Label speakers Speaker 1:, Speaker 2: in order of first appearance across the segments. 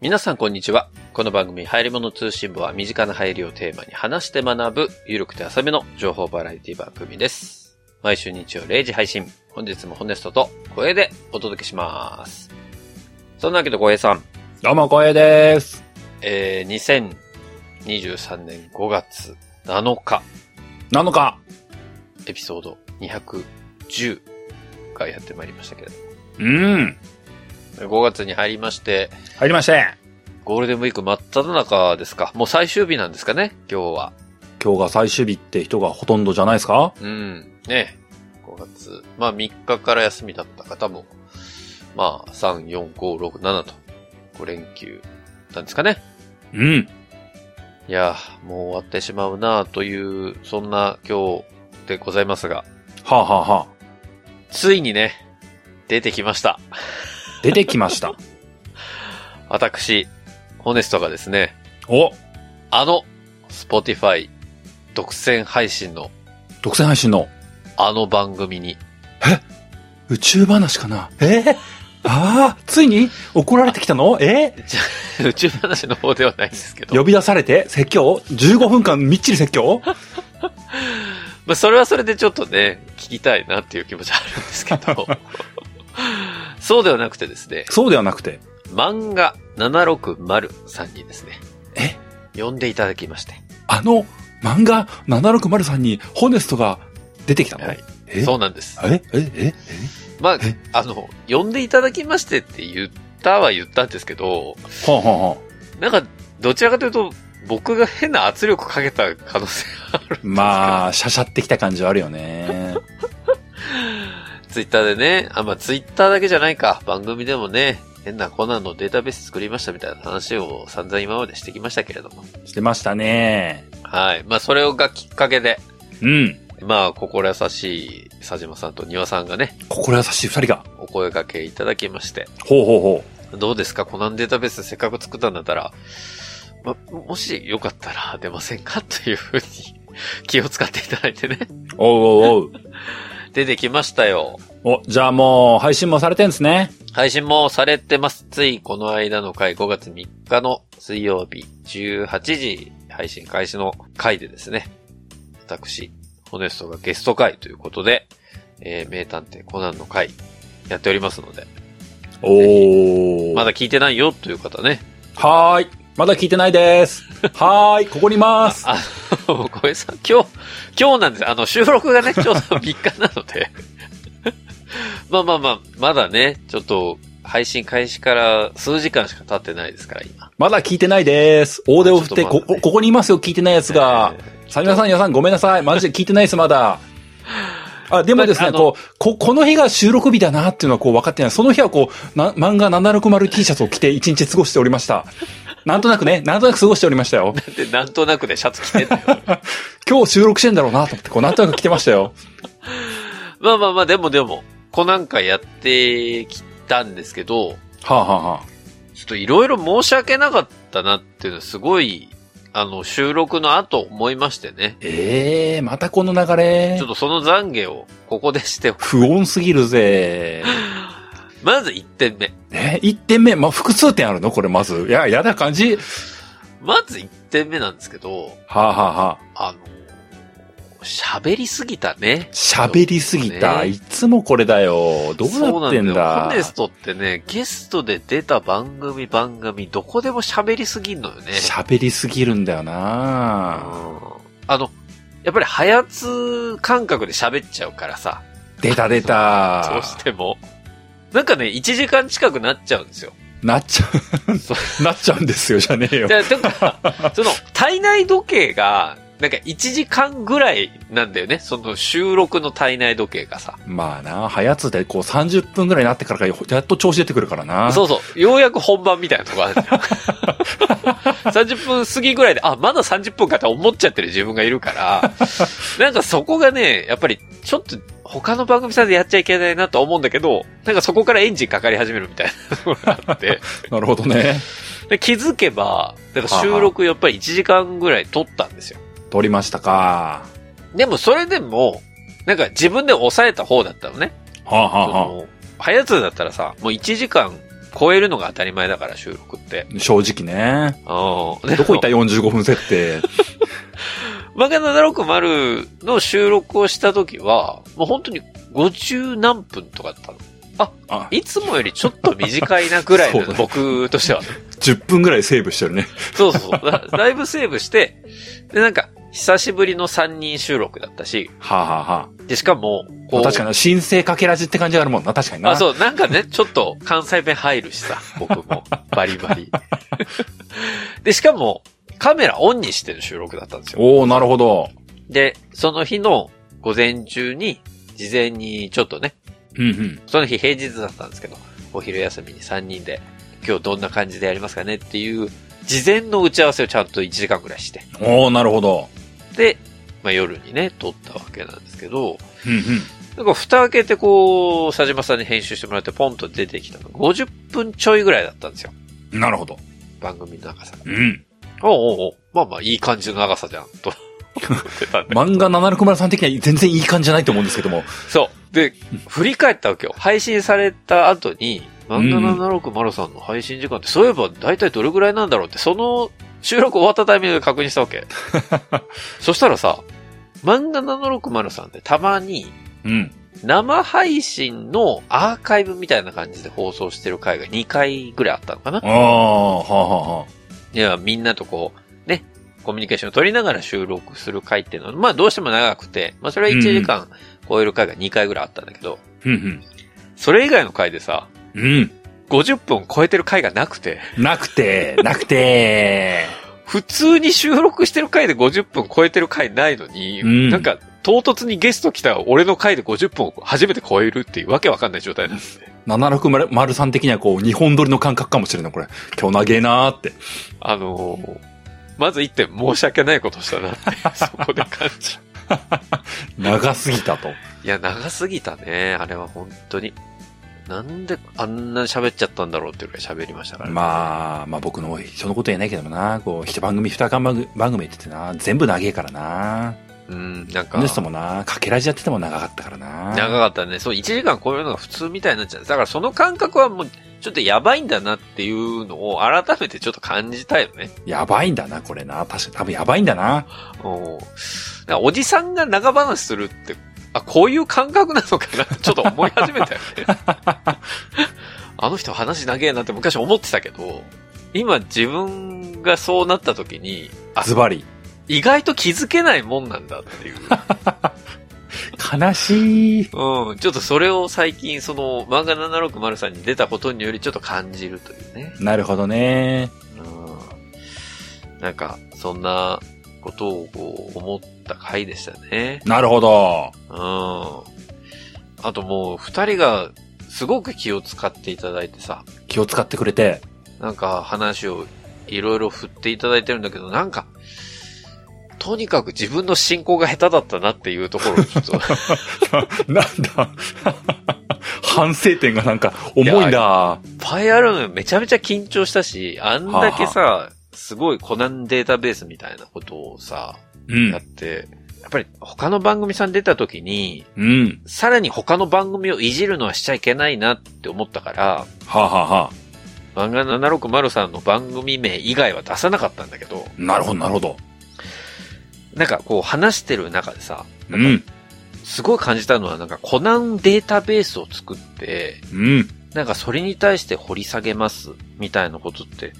Speaker 1: 皆さんこんにちは。この番組、入り物通信部は身近な入りをテーマに話して学ぶ、ゆるくて浅めの情報バラエティ番組です。毎週日曜0時配信、本日もホネストと声でお届けします。そんなわけで小平さん、
Speaker 2: どうも、光栄です。
Speaker 1: えー、2023年5月7日、
Speaker 2: なのか
Speaker 1: エピソード210がやってまいりましたけれ
Speaker 2: うん。
Speaker 1: ど、5月に入りまして、
Speaker 2: 入りまして。
Speaker 1: ゴールデンウィーク真っ只中ですかもう最終日なんですかね今日は。
Speaker 2: 今日が最終日って人がほとんどじゃないですか
Speaker 1: うん。ね5月。まあ3日から休みだった方も、まあ3、4、5、6、7と5連休なんですかね。
Speaker 2: うん。
Speaker 1: いやー、もう終わってしまうなあという、そんな今日でございますが、
Speaker 2: はあ、はあはあ、
Speaker 1: ついにね、出てきました。
Speaker 2: 出てきました。
Speaker 1: 私、ホネストがですね、
Speaker 2: お
Speaker 1: あの、Spotify 独占配信の
Speaker 2: 独占配信の
Speaker 1: あの番組に、
Speaker 2: 宇宙話かなえー、ああ、ついに怒られてきたのえ
Speaker 1: 宇宙話の方ではないんですけど
Speaker 2: ー、呼、び出されて説教 ?15 分間みっちり説教
Speaker 1: まあ、それはそれでちょっとね、聞きたいなっていう気持ちはあるんですけど、そうではなくてですね、
Speaker 2: そうではなくて。
Speaker 1: 漫画760さんにですね、
Speaker 2: え
Speaker 1: 呼んでいただきまして、
Speaker 2: あの漫画760さんにホネストが出てきたの、
Speaker 1: はい、
Speaker 2: え
Speaker 1: そうなんです。
Speaker 2: えええ
Speaker 1: まあ
Speaker 2: え、
Speaker 1: あの、呼んでいただきましてって言ったは言ったんですけど、
Speaker 2: はあ、はあはあ、
Speaker 1: なんか、どちらかというと、僕が変な圧力かけた可能性がある。
Speaker 2: まあ、しゃしゃってきた感じはあるよね。
Speaker 1: ツイッターでね、あ、まあツイッターだけじゃないか、番組でもね、変なコナンのデータベース作りましたみたいな話を散々今までしてきましたけれども。
Speaker 2: してましたね。
Speaker 1: はい。まあそれがきっかけで、
Speaker 2: うん。
Speaker 1: まあ心優しい佐島さんと丹羽さんがね、
Speaker 2: 心優しい二人が。
Speaker 1: お声掛けいただきまして、
Speaker 2: ほうほうほ
Speaker 1: どうですかコナンデータベースせっかく作ったんだったら、ま、もしよかったら出ませんかというふうに気を使っていただいてね。
Speaker 2: う。おうおう
Speaker 1: 出てきましたよ。
Speaker 2: おう。お、じゃあもう配信もされてんですね。
Speaker 1: 配信もされてます。ついこの間の回、5月3日の水曜日18時配信開始の回でですね、私、ホネストがゲスト回ということで、えー名探偵コナンの回やっておりますので、
Speaker 2: おお。
Speaker 1: まだ聞いてないよという方ね、
Speaker 2: はーい。まだ聞いてないです。はーい。ここに います。
Speaker 1: あの、小江さん、今日、今日なんです。あの、収録 がね、ちょうど3日なので、 まあまあまあ、まだね、ちょっと配信開始から数時間しか経ってないですから、今。
Speaker 2: まだ聞いてないです。大手を振って、
Speaker 1: ちょっと
Speaker 2: こ、
Speaker 1: まだね
Speaker 2: ここにいますよ。聞いてないやつが
Speaker 1: え。ー
Speaker 2: さみなさん、皆さんごめんなさい。マジで聞いてないです、まだ。あ、でもです
Speaker 1: あ
Speaker 2: ね、
Speaker 1: の
Speaker 2: こう、こ、この日が収録日だなっていうのはこう分かってない。その日はこう、な、漫画 760T シャツを着て一日過ごしておりました。なんとなくね、なんとなく過ごしておりましたよ。
Speaker 1: で、なんとなくでシャツ着てんだよ。
Speaker 2: 今日収録してんだろうなと思って、こう、なんとなく来てましたよ。
Speaker 1: まあまあまあ、でもでも、コナン会やってきたんですけど、
Speaker 2: はあ、はあはあ、
Speaker 1: ちょっといろいろ申し訳なかったなっていうのはすごい、あの、収録の後思いましてね。
Speaker 2: ええまたこの流れ
Speaker 1: ちょっ。とその懺悔をここでしておく、
Speaker 2: 不穏すぎるぜ。
Speaker 1: まず1点目。
Speaker 2: え、1点目、まあ、複数点あるのこれまず。いや、やだ感じ。
Speaker 1: まず1点目なんですけど、
Speaker 2: はあ、はあはあ、
Speaker 1: あの、喋りすぎたね。
Speaker 2: 喋りすぎた。
Speaker 1: ね
Speaker 2: いつもこれだよ。どうなってん
Speaker 1: そうなんよ
Speaker 2: だ
Speaker 1: コネストってね、ゲストで出た番組番組、どこでも喋りすぎんのよね。
Speaker 2: 喋りすぎるんだよな
Speaker 1: あの、やっぱり早つ感覚で喋っちゃうからさ、
Speaker 2: 出た出
Speaker 1: ど
Speaker 2: た
Speaker 1: う。しても。なんかね、1時間近くなっちゃうんですよ。
Speaker 2: なっちゃ、
Speaker 1: そう
Speaker 2: なっちゃうんですよ、じゃねえよ。
Speaker 1: だだから、その、体内時計が、なんか1時間ぐらいなんだよね。その収録の体内時計がさ。
Speaker 2: まあな、早つでこう30分ぐらいになってからか、やっと調子出てくるからな。
Speaker 1: そうそう。ようやく本番みたいなとこあるじゃん。30分 過ぎぐらいで、あ、まだ30分かって思っちゃってる自分がいるから、なんかそこがね、やっぱりちょっと他の番組さんでやっちゃいけないなと思うんだけど、なんかそこからエンジンかかり始めるみたいなところがあっ て、
Speaker 2: なるほどね。
Speaker 1: で気づけば、なんか収録やっぱり1時間ぐらい撮ったんですよ。
Speaker 2: 撮りましたか。
Speaker 1: でもそれでも、なんか自分で抑えた方だったのね。
Speaker 2: はあ、は
Speaker 1: その、早やつだったらさ、もう1時間超えるのが当たり前だから、収録って。
Speaker 2: 正直ね。
Speaker 1: うん。
Speaker 2: どこ行った45分設定。
Speaker 1: マガ760の収録をした時は、もう本当に50何分とかだったの。
Speaker 2: あ、
Speaker 1: いつもよりちょっと短いなぐらい
Speaker 2: そ
Speaker 1: の
Speaker 2: うだね
Speaker 1: 僕としては。
Speaker 2: 10分ぐらいセーブしてるね。
Speaker 1: そうそうだ。だいぶセーブして、で、なんか、久しぶりの3人収録だったし、
Speaker 2: はあ、はあは
Speaker 1: で、しかも、
Speaker 2: あ、まあ確かに、申請かけらじって感じがあるもんな。確かにな。
Speaker 1: あ、そう、なんかね、ちょっと関西弁入るしさ、僕も。バリバリ。で、しかも、カメラオンにしてる収録だったんですよ。
Speaker 2: おおなるほど。
Speaker 1: で、その日の午前中に、事前にちょっとね、
Speaker 2: うんうん。
Speaker 1: その日平日だったんですけど、お昼休みに3人で、今日どんな感じでやりますかねっていう、事前の打ち合わせをちゃんと1時間ぐらいして。
Speaker 2: おおなるほど。
Speaker 1: で、まあ、夜にね、撮ったわけなんですけど、
Speaker 2: うんうん。
Speaker 1: なんか蓋開けてこう、佐島さんに編集してもらってポンと出てきたのが50分ちょいぐらいだったんですよ。
Speaker 2: なるほど。
Speaker 1: 番組の長さが。
Speaker 2: うん。
Speaker 1: おうおうおうまあまあいい感じの長さじゃん、と思ってたんで。
Speaker 2: 漫画760さん的には全然いい感じじゃないと思うんですけども。
Speaker 1: そう。で、振り返ったわけよ。配信された後に、漫画760さんの配信時間って、そういえば大体どれぐらいなんだろうって、その収録終わったタイミングで確認したわ け。そしたらさ、漫画760さんってたまに、
Speaker 2: うん。
Speaker 1: 生配信のアーカイブみたいな感じで放送してる回が2回ぐらいあったのかな
Speaker 2: ああ、はあはあはあ。
Speaker 1: ではみんなとこう、ね、コミュニケーションを取りながら収録する回っていうのは、まあどうしても長くて、まあそれは1時間超える回が2回ぐらいあったんだけど、
Speaker 2: うん
Speaker 1: それ以外の回でさ、
Speaker 2: うん。うん。
Speaker 1: 50分超えてる回がなくて、
Speaker 2: なくて、なくて。
Speaker 1: 普通に収録してる回で50分超えてる回ないのに、
Speaker 2: うん
Speaker 1: なんか唐突にゲスト来た俺の回で50分を初めて超えるっていうわけわかんない状態なんですね。
Speaker 2: 760さん的にはこう、日本撮りの感覚かもしれない、これ。今日長えなーって。
Speaker 1: あのーまず一点申し訳ないことしたなって、そこで感じ
Speaker 2: 長すぎたと。
Speaker 1: いや、長すぎたね。あれは本当に。なんであんなに喋っちゃったんだろうっていうかい喋りましたから、ね。
Speaker 2: まあ、まあ僕の人のこと言えないけどもな、こう、一番組、二番組番組やっててな、全部長えからな。
Speaker 1: うん、なんか、
Speaker 2: ニュース
Speaker 1: 長
Speaker 2: もな、かけらじやってても長かったからな。
Speaker 1: かったね。そう、1時間超えるのが普通みたいになっちゃう。だからその感覚はもう、ちょっとやばいんだなっていうのを改めてちょっと感じたよね。
Speaker 2: やばいんだな、これな。確かに、多分やばいんだな。
Speaker 1: おおじさんが長話するって、あ、こういう感覚なのかなってちょっと思い始めたよね。あの人話長えなって昔思ってたけど、今自分がそうなった時に、あ、
Speaker 2: ズバリ。
Speaker 1: 意外と気づけないもんなんだっていう。
Speaker 2: 悲しい。
Speaker 1: うん。ちょっとそれを最近、その、漫画760さんに出たことによりちょっと感じるというね。
Speaker 2: なるほどね。
Speaker 1: うん。なんか、そんなことをこう、思った回でしたね。
Speaker 2: なるほど。
Speaker 1: うん。あともう、二人がすごく気を使っていただいてさ、
Speaker 2: 気を使ってくれて。
Speaker 1: なんか話をいろいろ振っていただいてるんだけど、なんか、とにかく自分の進行が下手だったなっていうところをちょっと
Speaker 2: なんだ。 反省点がなんか、重いん
Speaker 1: い
Speaker 2: だ。
Speaker 1: いっぱいあるのよ。めちゃめちゃ緊張したし、あんだけさ、すごいコナンデータベースみたいなことをさ、
Speaker 2: う
Speaker 1: やっ。て、やっぱり他の番組さん出た時に、
Speaker 2: うん。
Speaker 1: さらに他の番組をいじるのはしちゃいけないなって思ったから、
Speaker 2: はあ、はあはあ、
Speaker 1: 漫画760さんの番組名以外は出さなかったんだけど、
Speaker 2: なるほど、なるほど。
Speaker 1: なんかこう話してる中でさ、
Speaker 2: うん。
Speaker 1: すごい感じたのはなんかコナンデータベースを作って、
Speaker 2: うん。
Speaker 1: なんかそれに対して掘り下げますみたいなことって、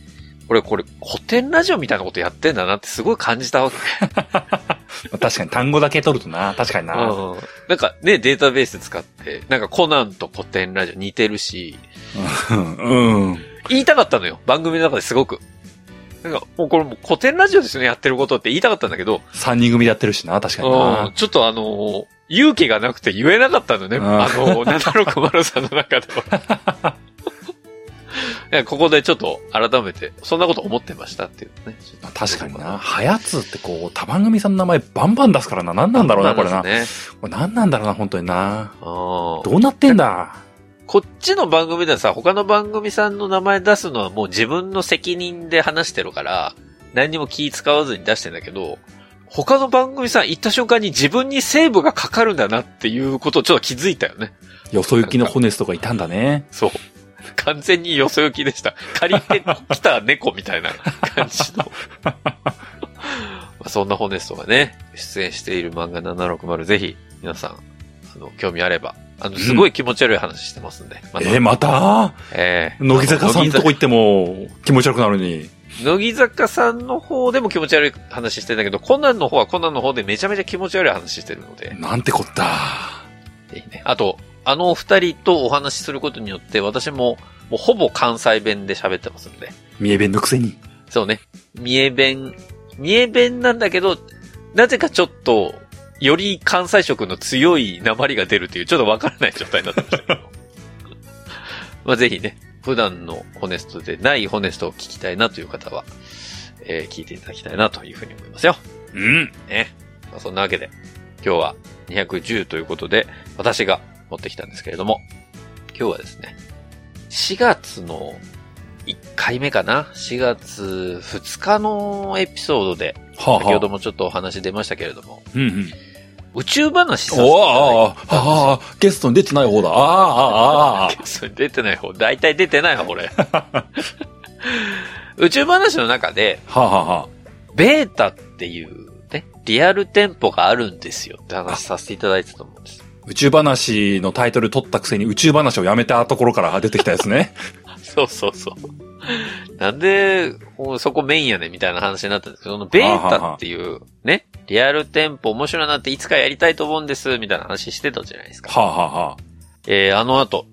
Speaker 1: 俺これ古典ラジオみたいなことやってんだなってすごい感じたわけ。
Speaker 2: 確かに単語だけ取るとな。確かにな。
Speaker 1: なんかね、データベース使って、なんかコナンと古典ラジオ似てるし、
Speaker 2: うん。うん
Speaker 1: 言いたかったのよ。番組の中ですごく。なんかもうこれもう古典ラジオですよね、やってることって言いたかったんだけど、
Speaker 2: 三人組でやってるしな。確かに
Speaker 1: うん
Speaker 2: な。
Speaker 1: ちょっとあのー勇気がなくて言えなかったのね。
Speaker 2: うん
Speaker 1: あのー、760さんの中では。 いやここでちょっと改めて、そんなこと思ってましたっていうね。
Speaker 2: 確かにな。はやつってこう、多番組さんの名前バンバン出すからな。何なんだろうな、これ
Speaker 1: そうな
Speaker 2: な。
Speaker 1: んで
Speaker 2: これ何なんだろうな、本当に
Speaker 1: す
Speaker 2: な。
Speaker 1: ねうん
Speaker 2: どうなってんだ。
Speaker 1: こっちの番組ではさ、他の番組さんの名前出すのはもう自分の責任で話してるから、何にも気使わずに出してんだけど、他の番組さん行った瞬間に自分にセーブがかかるんだなっていうことをちょっと気づいたよね。
Speaker 2: よそ行きのホネスとかいたんだね。
Speaker 1: そう。完全によそよきでした。借りてきた猫みたいな感じの。 まあそんな本ですとかね、出演している漫画760、ぜひ、皆さん、あの、興味あれば、あの、すごい気持ち悪い話してますんで。また
Speaker 2: えー、また
Speaker 1: えー
Speaker 2: 乃木坂さんとこ行っても気持ち悪くなるのに。
Speaker 1: 乃木坂さんの方でも気持ち悪い話してんだけど、コナンの方はコナンの方でめちゃめちゃ気持ち悪い話してるので、
Speaker 2: なんてこった。
Speaker 1: ぜひね。あと、あのお二人とお話しすることによって、私も、もうほぼ関西弁で喋ってますんで。
Speaker 2: 三重弁のくせに。
Speaker 1: そうね。三重弁、三重弁なんだけど、なぜかちょっと、より関西色の強い鉛が出るという、ちょっとわからない状態になってましたけど。 まあぜひね、普段のホネストでないホネストを聞きたいなという方は、えー聞いていただきたいなというふうに思いますよ。
Speaker 2: うん。
Speaker 1: ね。まあそんなわけで、今日は210ということで、私が持ってきたんですけれども、今日はですね、4月の1回目かな ?4 月2日のエピソードで、
Speaker 2: はあ、はあ。
Speaker 1: 先ほどもちょっとお話出ましたけれども、
Speaker 2: うんうん。
Speaker 1: 宇宙話させてい
Speaker 2: お
Speaker 1: た
Speaker 2: ー
Speaker 1: だい
Speaker 2: あー、あーあー、あーゲストに出てない方だ。あーあー、あーあー、
Speaker 1: て、それ 出てない方、大体出てない方、 俺。宇宙話の中で、
Speaker 2: はあ、はあ、はあ。
Speaker 1: ベータっていうね、リアル店舗があるんですよって話させていただいてたと思うんです。
Speaker 2: 宇宙話のタイトル取ったくせに宇宙話をやめたところから出てきたやつね。
Speaker 1: そうそうそう。なんで、こうそこメインやねんみたいな話になったんですけど、そのベータっていうね、リアル店舗面白いなっていつかやりたいと思うんです、みたいな話してたじゃないですか。
Speaker 2: はあ、はあ、はあ。
Speaker 1: えー、あの後、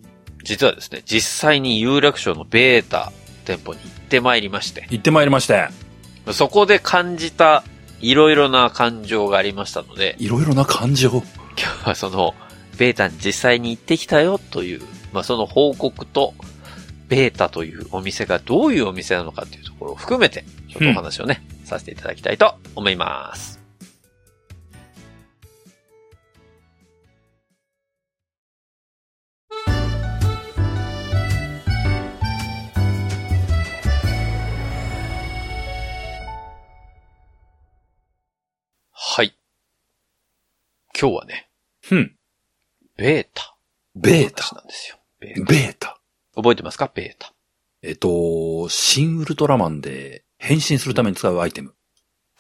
Speaker 1: 実はですね、実際に有楽町のベータ店舗に行ってまいりまして、
Speaker 2: 行ってまいりまして、
Speaker 1: そこで感じたいろいろな感情がありましたので、
Speaker 2: いろいろな感情。
Speaker 1: 今日はその、ベータに実際に行ってきたよという、まあ、その報告と、ベータというお店がどういうお店なのかというところを含めて、ちょっとお話をね、させていただきたいと思います。はい。今日はね、
Speaker 2: うん。
Speaker 1: ベータ。
Speaker 2: ベー
Speaker 1: 話
Speaker 2: タ。
Speaker 1: なんですよ。ベータ
Speaker 2: ベータ。
Speaker 1: 覚えてますかベータ。
Speaker 2: えっと、新ウルトラマンで変身するために使うアイテム。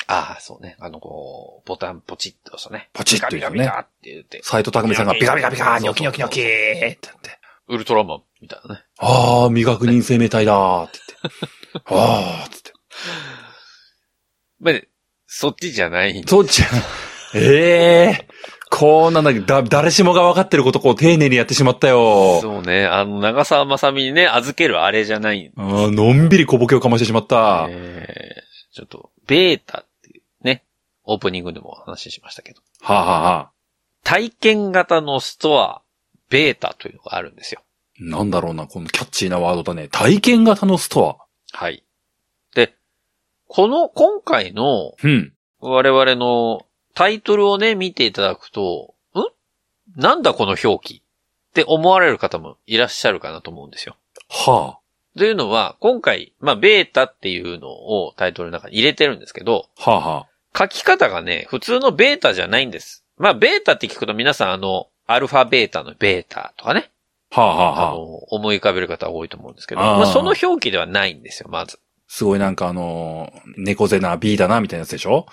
Speaker 1: ああ、そうね。あの、こう、ボタンポチッと押すとね。
Speaker 2: ポチッと
Speaker 1: ビ
Speaker 2: 言う
Speaker 1: カ
Speaker 2: よ
Speaker 1: ビ
Speaker 2: ね
Speaker 1: カビカって言って。
Speaker 2: 斎藤匠さんがビカビカビカニョキニョキニョキーってやって。
Speaker 1: ウルトラマンみたいなね。
Speaker 2: ああ、未確認生命体だーって 言って。ああ、つって。
Speaker 1: まあね、そっちじゃないんで。
Speaker 2: そうじゃん。ええこうなんだけど、だ、誰しもが分かってることをこう丁寧にやってしまったよ。
Speaker 1: そうね。あの、長澤まさみにね、預けるあれじゃないんで、
Speaker 2: あーのんびり小ボケをかましてしまった。
Speaker 1: えーちょっと、ベータっていうね、オープニングでもお話ししましたけど。
Speaker 2: はあ、はあはあ、
Speaker 1: 体験型のストア、ベータというのがあるんですよ。
Speaker 2: なんだろうな、このキャッチーなワードだね。体験型のスト
Speaker 1: はい。で、この、今回の
Speaker 2: ア。うん。
Speaker 1: 我々のタイトルをね、見ていただくと、んなんだこの表記って思われる方もいらっしゃるかなと思うんですよ。
Speaker 2: は
Speaker 1: というのは、今回、まあ、ベータっていうのをタイトルの中に入れてるんですけど、
Speaker 2: あ、はあ、はあ。
Speaker 1: 書き方がね、普通のベータじゃないんです。まあ、ベータって聞くと皆さんあの、アルファベータのベータとかね、
Speaker 2: はあ、は
Speaker 1: あ
Speaker 2: あ、はあ。
Speaker 1: の、思い浮かべる方多いと思うんですけど、
Speaker 2: あー
Speaker 1: まあ、その表記ではないんですよ、まず。
Speaker 2: すごいなんかあのー、猫背な B だな、みたいなやつでしょ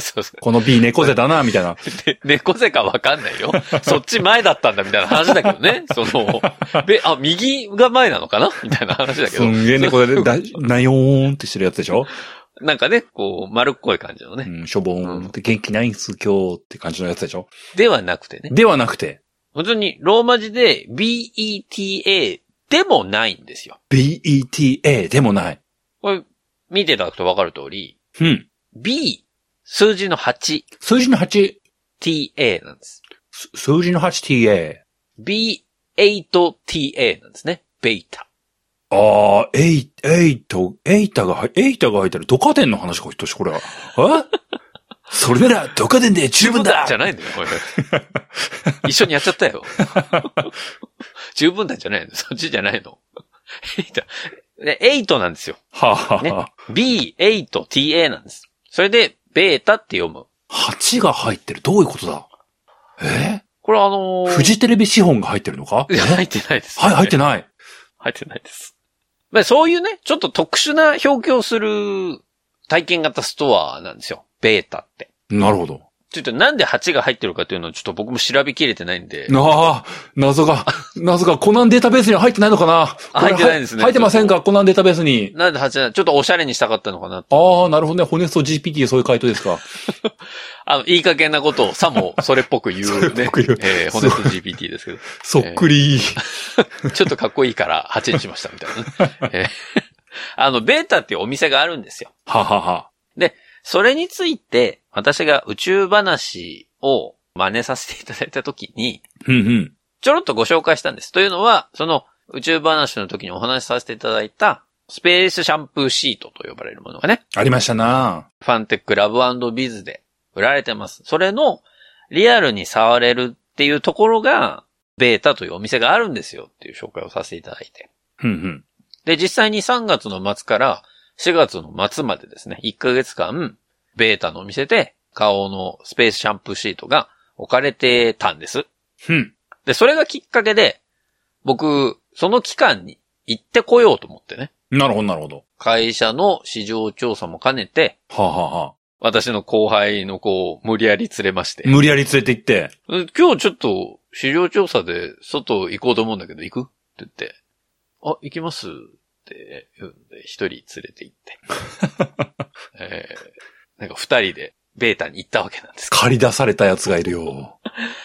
Speaker 1: そうそう。
Speaker 2: この B 猫背だ な、みたいな。
Speaker 1: で猫背かわかんないよ。そっち前だったんだみたいな話だけどね。その、べ、あ、右が前なのかなみたいな話だけ
Speaker 2: す
Speaker 1: ど。
Speaker 2: んげえ猫背で、 だ、なよーんってしてるやつでしょ
Speaker 1: なんかね、こう、丸っこい感じの
Speaker 2: う
Speaker 1: ね。
Speaker 2: ん、しょぼーんって元気ないんす、今日って感じのやつでしょ
Speaker 1: ではなくてね。
Speaker 2: ではなくて、
Speaker 1: 普通にローマ字で BETA でもないんですよ。
Speaker 2: BETA でもない。
Speaker 1: これ、見ていただくとわかる通り、
Speaker 2: うん。
Speaker 1: B、数字の 8TA
Speaker 2: 数字の8、
Speaker 1: なんです。
Speaker 2: す数字の 8TA。
Speaker 1: B8TA なんですね。ベータ。
Speaker 2: あー、エイ、エイト、エイタが入、エイタが入ってるドカデンの話か、ひと し、これは。えそれなら、ドカデンで十分だ
Speaker 1: じゃないんだよ、これ。 一緒にやっちゃったよ。 十分だじゃないの。そっちじゃないの。エイト。で8なんですよ。
Speaker 2: はあ、はあ
Speaker 1: ね
Speaker 2: はあ
Speaker 1: B8TA なんです。それで、ベータって読む。
Speaker 2: 8が入ってる。どういうことだえ
Speaker 1: これあのー、
Speaker 2: フジテレビ資本が入ってるのか
Speaker 1: いや入ってないです、
Speaker 2: はい、入って
Speaker 1: ない。
Speaker 2: ない。
Speaker 3: 入ってないです。
Speaker 1: まあ、そういうね、ちょっと特殊な表記をする体験型ストアなんですよ。ベータって。
Speaker 2: なるほど。
Speaker 1: ちょっとなんで8が入ってるかというのをちょっと僕も調べきれてないんで。
Speaker 2: なあ、謎が、謎がコナンデータベースには入ってないのかな
Speaker 1: あ
Speaker 2: これ
Speaker 1: 入ってないですね
Speaker 2: 入ってませんかコナンデータベースに。
Speaker 1: なんで8なのちょっとおしゃれにしたかったのかなって
Speaker 2: ああ、なるほどね。ホネスト GPT そういう回答ですか。
Speaker 1: あの、いい加減なことをさもそれっぽく言
Speaker 2: そうれっ
Speaker 1: ね
Speaker 2: ぽ。く言う
Speaker 1: えー、ホネスト GPT ですけど。
Speaker 2: そっくり。
Speaker 1: ちょっとかっこいいから8にしましたみたいなね。えー あの、ベータっていうお店があるんですよ。
Speaker 2: ははは。
Speaker 1: それについて、私が宇宙話を真似させていただいたときに、
Speaker 2: うんうん。
Speaker 1: ちょろっとご紹介したんです。というのは、その宇宙話の時にお話しさせていただいた、スペースシャンプーシートと呼ばれるものがね、
Speaker 2: ありましたな。
Speaker 1: ファンテックラブビズで売られてます。それのリアルに触れるっていうところが、ベータというお店があるんですよっていう紹介をさせていただいて。
Speaker 2: うんうん。
Speaker 1: で、実際に3月の末から4月の末までですね、1ヶ月間、ベータのお店で顔のスペースシャンプーシートが置かれてたんです。
Speaker 2: うん。
Speaker 1: で、それがきっかけで、僕、その期間に行ってこようと思ってね、
Speaker 2: なるほど、なるほど。
Speaker 1: 会社の市場調査も兼ねて、
Speaker 2: はあ、はあはあ、
Speaker 1: 私の後輩の子を無理やり連れまして。
Speaker 2: 無理やり連れて行って。
Speaker 1: うん今日ちょっと市場調査で外行こうと思うんだけど行くって言って、あ、行きますって言うんで、一人連れて行って。えーなんか二人でベータに行ったわけなんですけど。
Speaker 2: 借り出されたやつがいるよ。は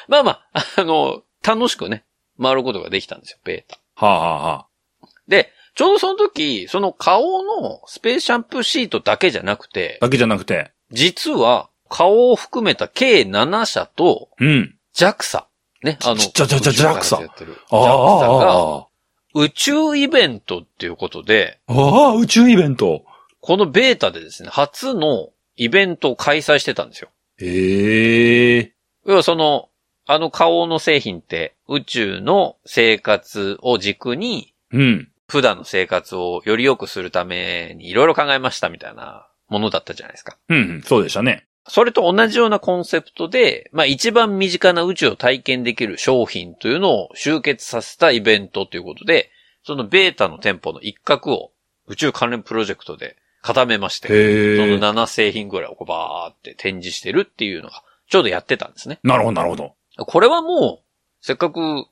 Speaker 1: まあまあ、あの、楽しくね、回ることができたんですよ、ベータ。
Speaker 2: あ、はあはあ、
Speaker 1: で、ちょうどその時、その顔のスペースシャンプーシートだけじゃなくて、
Speaker 2: だけじゃなくて。
Speaker 1: 実は顔を含めた計7社と、
Speaker 2: うん。
Speaker 1: JAXA。ね、あの、
Speaker 2: ちちゃちゃちゃ
Speaker 1: 宇
Speaker 2: JAXA
Speaker 1: 宙開発やってる
Speaker 2: あ
Speaker 1: JAXA が
Speaker 2: あ、あ
Speaker 1: 宇宙イベントっていうことで、
Speaker 2: あ、ああ、宇宙イベント。
Speaker 1: このベータでですね、初のイベントを開催してたんですよ。
Speaker 2: ええ
Speaker 1: 要はその、あの顔の製品って宇宙の生活を軸に、
Speaker 2: うん。
Speaker 1: 普段の生活をより良くするためにいろいろ考えましたみたいなものだったじゃないですか。
Speaker 2: うんうん、そうでしたね。
Speaker 1: それと同じようなコンセプトで、まあ一番身近な宇宙を体験できる商品というのを集結させたイベントということで、そのベータの店舗の一角を宇宙関連プロジェクトで固めまして、そ
Speaker 2: へ
Speaker 1: の
Speaker 2: え。
Speaker 1: 7製品ぐらいをこうバーって展示してるっていうのがちょうどやってたんですね。
Speaker 2: なるほど、なるほど。
Speaker 1: これはもう、せっかく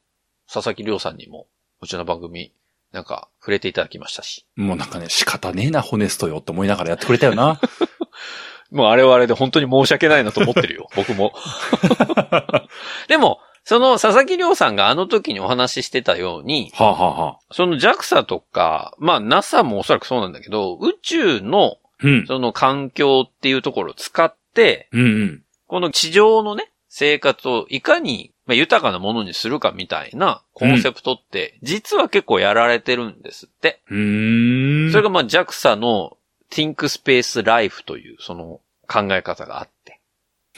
Speaker 1: 佐々木亮さんにもうちの番組なんか触れていただきましたし、
Speaker 2: もうなんかね、仕方ねえな、ホネストよって思いながらやってくれた よな。
Speaker 1: もうあれはあれで本当に申し訳ないなと思ってる よ、僕も。でも、その佐々木亮さんがあの時にお話ししてたように、
Speaker 2: はあ、はあはあ、
Speaker 1: その JAXA とか、まあ NASA もおそらくそうなんだけど、宇宙の
Speaker 2: うん。
Speaker 1: その環境っていうところを使って、
Speaker 2: うんうん。
Speaker 1: この地上のね、生活をいかにまあ豊かなものにするかみたいなコンセプトって、実は結構やられてるんですって。
Speaker 2: うーん。
Speaker 1: それがまあ JAXA の Think Space Life というその考え方があって。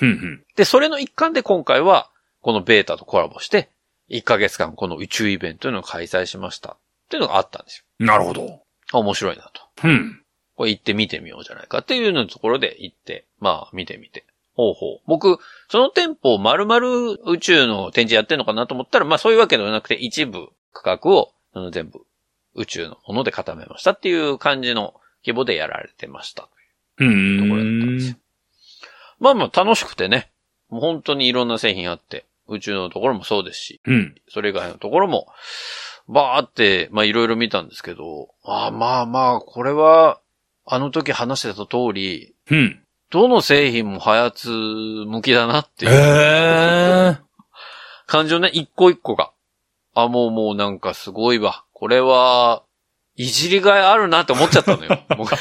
Speaker 2: うんうん。
Speaker 1: で、それの一環で今回は、このベータとコラボして、1ヶ月間この宇宙イベントというのを開催しました。っていうのがあったんですよ。
Speaker 2: なるほど。
Speaker 1: あ面白いなと。
Speaker 2: うん。
Speaker 1: これ行ってみてみようじゃないかっていうのところで行って、まあ見てみて。ほうほう。僕、その店舗を丸々宇宙の展示やってんのかなと思ったら、まあそういうわけではなくて一部区画をあの全部宇宙のもので固めましたっていう感じの規模でやられてました。
Speaker 2: う
Speaker 1: ところだったん
Speaker 2: ん
Speaker 1: ですよ。まあまあ楽しくてね。もう本当にいろんな製品あって、宇宙のところもそうですし、
Speaker 2: うん。
Speaker 1: それ以外のところも、バーって、まあいろいろ見たんですけど、ああまあまあ、これは、あの時話してた通り、
Speaker 2: うん。
Speaker 1: どの製品も開発向きだなって
Speaker 2: え
Speaker 1: いう
Speaker 2: え
Speaker 1: 感情ね、一個一個が。あ、もうもうなんかすごいわ。これは、いじりがいあるなって思っちゃったの よ。僕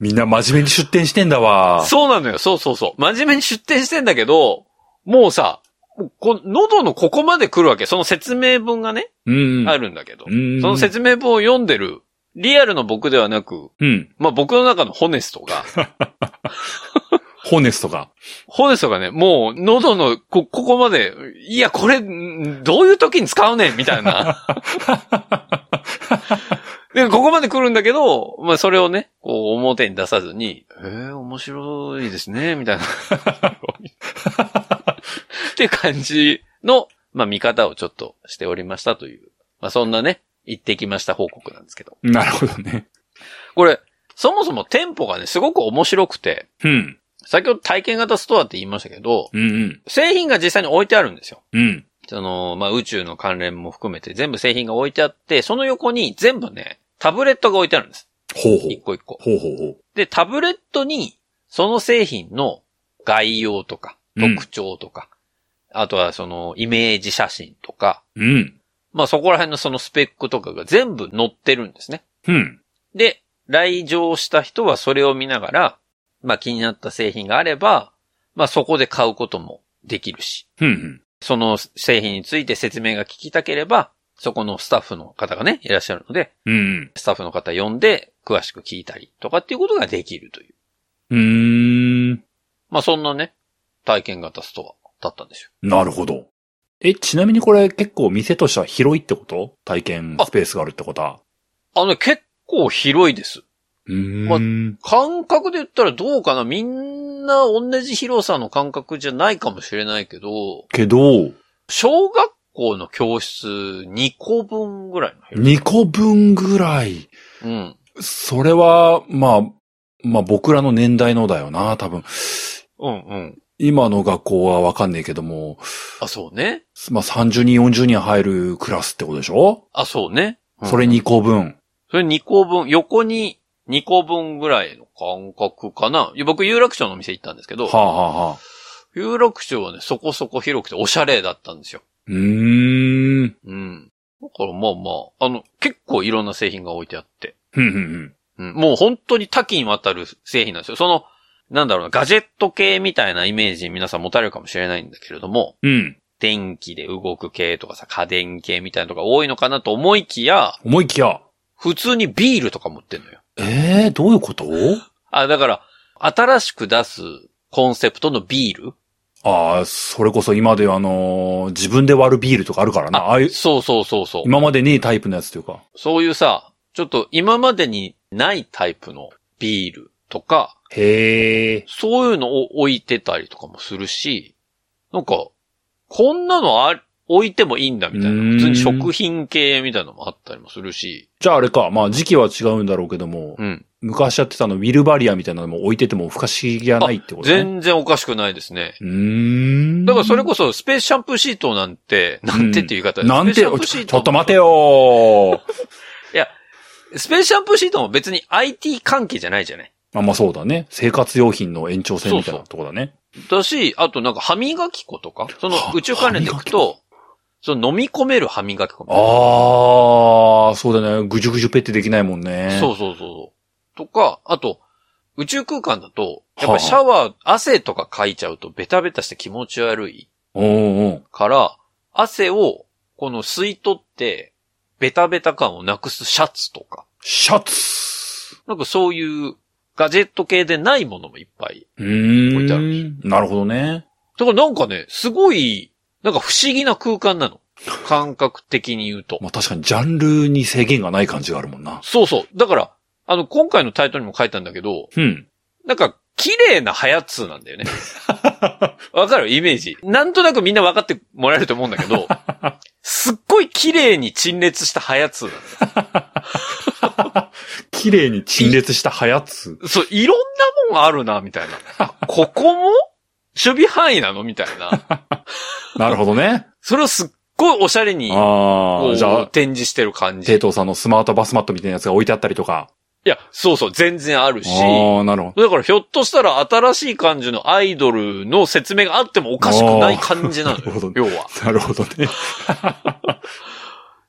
Speaker 2: みんな真面目に出店してんだわ。
Speaker 1: そうなのよ。そうそうそう。真面目に出店してんだけど、もうさ、もうこ喉のここまで来るわけ。その説明文がね、
Speaker 2: うん。
Speaker 1: あるんだけど。
Speaker 2: うん。
Speaker 1: その説明文を読んでる、リアルの僕ではなく、
Speaker 2: うん。
Speaker 1: まあ僕の中のホネストが、
Speaker 2: ホネストが。
Speaker 1: ホネストがね、もう喉のこ、ここまで、いや、これ、んどういう時に使うねんみたいな。で、ここまで来るんだけど、まあそれをね、こう表に出さずに、えー、面白いですね、みたいな。って感じの、まあ見方をちょっとしておりましたという。まあそんなね、行ってきました報告なんですけど。
Speaker 2: なるほどね。
Speaker 1: これ、そもそも店舗がね、すごく面白くて、
Speaker 2: うん。
Speaker 1: 先ほど体験型ストアって言いましたけど、
Speaker 2: うんうん。
Speaker 1: 製品が実際に置いてあるんですよ。
Speaker 2: うん。
Speaker 1: その、まあ、宇宙の関連も含めて全部製品が置いてあって、その横に全部ね、タブレットが置いてあるんです。
Speaker 2: ほうほ
Speaker 1: 一
Speaker 2: う。
Speaker 1: 個一個。
Speaker 2: ほうほうほう。
Speaker 1: で、タブレットに、その製品の概要とか、
Speaker 2: うん
Speaker 1: 特徴とか、あとはその、イメージ写真とか、
Speaker 2: うん。
Speaker 1: まあ、そこら辺のそのスペックとかが全部載ってるんですね。
Speaker 2: うん。
Speaker 1: で、来場した人はそれを見ながら、まあ気になった製品があれば、まあそこで買うこともできるし、
Speaker 2: うんうん。
Speaker 1: その製品について説明が聞きたければ、そこのスタッフの方がね、いらっしゃるので、
Speaker 2: うん
Speaker 1: スタッフの方呼んで詳しく聞いたりとかっていうことができるという。
Speaker 2: うん。うーん。
Speaker 1: まあそんなね、体験型ストアだったんですよ。
Speaker 2: なるほど。え、ちなみにこれ結構店としては広いってこと体験スペースがあるってことは。
Speaker 1: あのね、結構広いです。
Speaker 2: うー
Speaker 1: ま
Speaker 2: ん。
Speaker 1: 感覚で言ったらどうかなみんな同じ広さの感覚じゃないかもしれないけど、
Speaker 2: けど、
Speaker 1: 小学校の教室2個分ぐらいの部屋。
Speaker 2: 2個分ぐらい。
Speaker 1: うん。
Speaker 2: それは、まあ、まあ僕らの年代のだよな、多分。
Speaker 1: うんうん。
Speaker 2: 今の学校はわかんねえけども、
Speaker 1: あ、そうね。
Speaker 2: まあ30人、40人入るクラスってことでしょ、
Speaker 1: あ、そうね。うん
Speaker 2: それ2。個分。
Speaker 1: それ2個分、横に2個分ぐらいの感覚かな。いや僕、有楽町のお店行ったんですけど、
Speaker 2: はあ、はあはあ、
Speaker 1: 有楽町はね、そこそこ広くておしゃれだったんですよ。
Speaker 2: うーん。
Speaker 1: うん。だからまあまあ、あの、結構いろんな製品が置いてあって。
Speaker 2: ふんふんふん。
Speaker 1: うん。もう本当に多岐にわたる製品なんですよ。その、なんだろうな、ガジェット系みたいなイメージ皆さん持たれるかもしれないんだけれども、
Speaker 2: うん。
Speaker 1: 電気で動く系とかさ、家電系みたいなのが多いのかなと思いきや、
Speaker 2: 思いきや、
Speaker 1: 普通にビールとか持ってんのよ。
Speaker 2: ええどういうこと
Speaker 1: あ、だから、新しく出すコンセプトのビール
Speaker 2: ああ、それこそ今ではあのー自分で割るビールとかあるからな。ああいう、
Speaker 1: そうそうそうそう。
Speaker 2: 今までねえタイプのやつというか。
Speaker 1: そういうさ、ちょっと今までにないタイプのビールとか、
Speaker 2: へえ。
Speaker 1: そういうのを置いてたりとかもするし、なんか、こんなのあ、置いてもいいんだみたいな。
Speaker 2: うー
Speaker 1: 普
Speaker 2: ん
Speaker 1: 通に食品系みたいなのもあったりもするし、
Speaker 2: じゃああれか、まあ時期は違うんだろうけども、
Speaker 1: うん。
Speaker 2: 昔やってたのウィルバリアみたいなのも置いてても不可思議じゃないってことね。
Speaker 1: 全然おかしくないですね。
Speaker 2: うーん。
Speaker 1: だからそれこそ、スペースシャンプーシートなんて、なんてっていう言い方で
Speaker 2: なん
Speaker 1: スペースシ
Speaker 2: て
Speaker 1: ャン
Speaker 2: よ、
Speaker 1: プーシ
Speaker 2: ち
Speaker 1: ー
Speaker 2: ょ
Speaker 1: ト
Speaker 2: ちょっと待てよ
Speaker 1: スペースシャンプーシートも別に IT 関係じゃないじゃない。
Speaker 2: まあまあそうだね。生活用品の延長線みたいなとこだね。
Speaker 1: だし、あとなんか歯磨き粉とか、その
Speaker 2: は
Speaker 1: 宇宙関連でいくと、その飲み込める歯磨き粉みたい
Speaker 2: ああ、そうだね。ぐじゅぐじゅペってできないもんね
Speaker 1: な。。そうそうそう。とか、あと、宇宙空間だと、やっぱ
Speaker 2: はあ
Speaker 1: りシャワー、汗とかかいちゃうとベタベタして気持ち悪い
Speaker 2: うんうん。
Speaker 1: から、汗を、この吸い取って、ベタベタ感をなくすシャツとか、
Speaker 2: シャツ
Speaker 1: なんかそういうガジェット系でないものもいっぱい。
Speaker 2: うーん。
Speaker 1: 置いてあ
Speaker 2: なるほどね。
Speaker 1: だからなんかね、すごい、なんか不思議な空間なの。感覚的に言うと。
Speaker 2: まあ確かにジャンルに制限がない感じがあるもんな。
Speaker 1: そうそう。だから、あの、今回のタイトルにも書いたんだけど、
Speaker 2: うん。
Speaker 1: なんか、綺麗なハヤツーなん だよね。わかるイメージ。なんとなくみんな分かってもらえると思うんだけ ど、すっごい綺麗に陳列したハヤツーな
Speaker 2: 綺麗に陳列したハヤツ。
Speaker 1: の。そう、いろんなもんあるな、みたいな。あここも守備範囲なのみたいな。
Speaker 2: なるほどね。
Speaker 1: それをすっごいおしゃれに、
Speaker 2: あ
Speaker 1: こ
Speaker 2: あ、
Speaker 1: う
Speaker 2: じゃあ、
Speaker 1: 展示してる感じ
Speaker 2: テイ。トーさんのスマートバスマットみたいなやつが置いてあったりとか。
Speaker 1: いや、そうそう、全然あるし。
Speaker 2: ああ、なるほど。
Speaker 1: だからひょっとしたら新しい感じのアイドルの説明があってもおかしくない感じなの
Speaker 2: あーなるほ
Speaker 1: よ
Speaker 2: ど。
Speaker 1: 要は。
Speaker 2: なるほどね。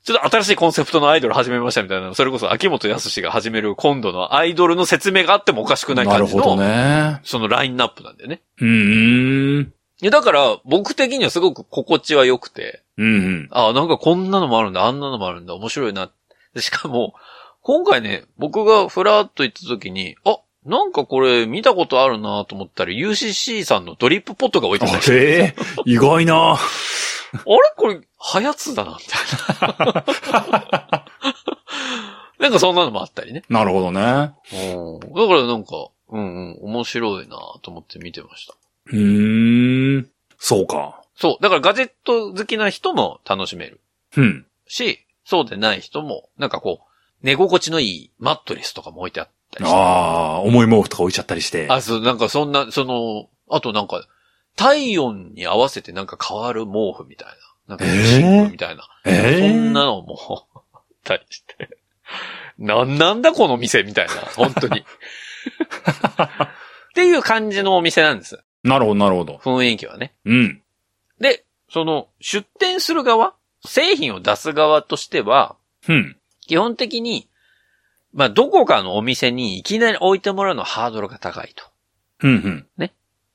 Speaker 1: ちょっと新しいコンセプトのアイドル始めましたみたいな、それこそ秋元康が始める今度のアイドルの説明があってもおかしくない
Speaker 2: な
Speaker 1: 感
Speaker 2: る
Speaker 1: じ
Speaker 2: ほど
Speaker 1: の、
Speaker 2: ね。
Speaker 1: そのラインナップなんだよね。
Speaker 2: うーん。
Speaker 1: いやだから僕的にはすごく心地は良くて、
Speaker 2: うんうん。
Speaker 1: ああ、なんかこんなのもあるんだ、あんなのもあるんだ、面白いな。でしかも、今回ね、僕がふらっと行った時に、あ、なんかこれ見たことあるなと思ったら UCC さんのドリップポットが置いてたりして
Speaker 2: あええ意外な。
Speaker 1: あれこれ、はやつだな、み たいな。なんかそんなのもあったりね。
Speaker 2: なるほどね。
Speaker 1: だからなんか、うんうん、面白いなと思って見てました。
Speaker 2: うーん。そうか。
Speaker 1: そう。だからガジェット好きな人も楽しめる
Speaker 2: うん。
Speaker 1: し、そうでない人も、なんかこう、寝心地のいいマットレスとかも置いてあったりして。
Speaker 2: ああ、重い毛布とか置いちゃったりして。
Speaker 1: あ、そう、なんかそんな、その、あとなんか、体温に合わせてなんか変わる毛布みたいな。なんか、
Speaker 2: えー
Speaker 1: シンクみたいな。
Speaker 2: ええ
Speaker 1: そんなのも、 あったりして。なんなんだこの店みたいな、本当に。っていう感じのお店なんです。
Speaker 2: なるほど、なるほど。
Speaker 1: 雰囲気はね。
Speaker 2: うん。
Speaker 1: で、その、出店する側、製品を出す側としては、
Speaker 2: うん。
Speaker 1: 基本的に、まあ、どこかのお店にいきなり置いてもらうのはハードルが高いと。
Speaker 2: うん、うん。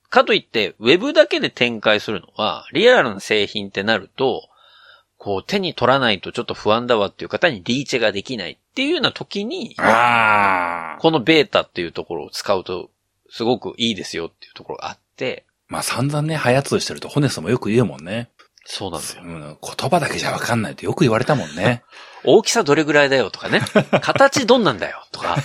Speaker 1: かといって、ウェブだけで展開するのは、リアルな製品ってなると、こう手に取らないとちょっと不安だわっていう方にリーチができないっていうような時に、
Speaker 2: ああ。
Speaker 1: このベータっていうところを使うと、すごくいいですよっていうところがあって、
Speaker 2: まあ散々ね、早通してるとホネスもよく言うもんね。
Speaker 1: そうなんですよ。
Speaker 2: うん言葉だけじゃわかんないってよく言われたも んね。
Speaker 1: 大きさどれぐらいだよとか ね。形どんなんだよとか。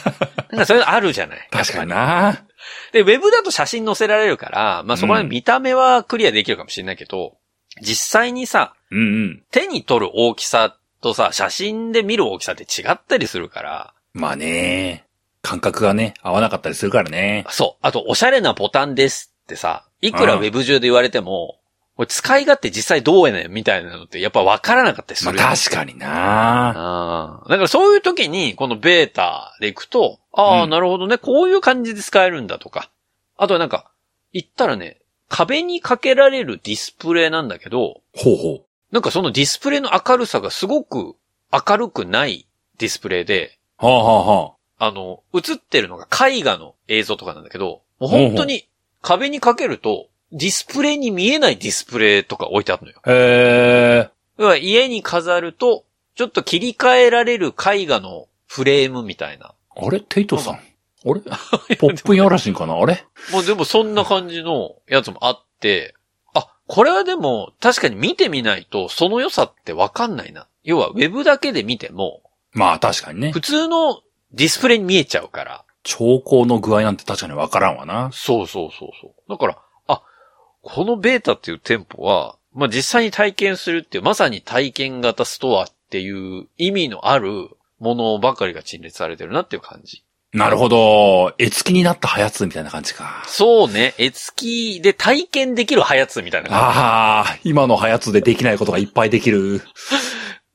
Speaker 1: なんかそういうのあるじゃない。
Speaker 2: 確かにな。
Speaker 1: で、ウェブだと写真載せられるから、まあそこら辺見た目はクリアできるかもしれないけど、実際にさ、
Speaker 2: うんうん。
Speaker 1: 手に取る大きさとさ、写真で見る大きさって違ったりするから、
Speaker 2: まあね。感覚がね、合わなかったりするからね。
Speaker 1: そう。あと、おしゃれなボタンですってさ、いくら
Speaker 2: う
Speaker 1: ウ
Speaker 2: ん
Speaker 1: ェブ上で言われても、これ使い勝手実際どうやねんみたいなのってやっぱ分からなかったりす
Speaker 2: ま
Speaker 1: る
Speaker 2: あ
Speaker 1: やん。
Speaker 2: 確かにな。
Speaker 1: ああ。だからそういう時に、このベータで行くと、ああ、
Speaker 2: うん
Speaker 1: なるほどね。こういう感じで使えるんだとか。あとはなんか、言ったらね、壁にかけられるディスプレイなんだけど、
Speaker 2: ほうほう。
Speaker 1: なんかそのディスプレイの明るさがすごく明るくないディスプレイで、
Speaker 2: はあはあはあ。
Speaker 1: あの、映ってるのが絵画の映像とかなんだけど、もう本当に壁にかけると、ディスプレイに見えないディスプレイとか置いてあるのよ。
Speaker 2: へえ。
Speaker 1: 要は家に飾ると、ちょっと切り替えられる絵画のフレームみたいな。
Speaker 2: あれテイトさん。あ れポップインアラシンかなあれ
Speaker 1: もうでもそんな感じのやつもあって、あ、これはでも確かに見てみないとその良さってわかんないな。要はウェブだけで見ても、
Speaker 2: まあ確かにね。
Speaker 1: 普通のディスプレイに見えちゃうから。
Speaker 2: 兆候の具合なんて確かにわからんわな。
Speaker 1: そうそうそうそう。だから、あ、このベータっていう店舗は、まあ、実際に体験するっていう、まさに体験型ストアっていう意味のあるものばかりが陳列されてるなっていう感じ。
Speaker 2: なるほど。絵付きになった早通みたいな感じか。
Speaker 1: そうね。絵付きで体験できる早つみたいな。
Speaker 2: ああ、今の早通でできないことがいっぱいできる。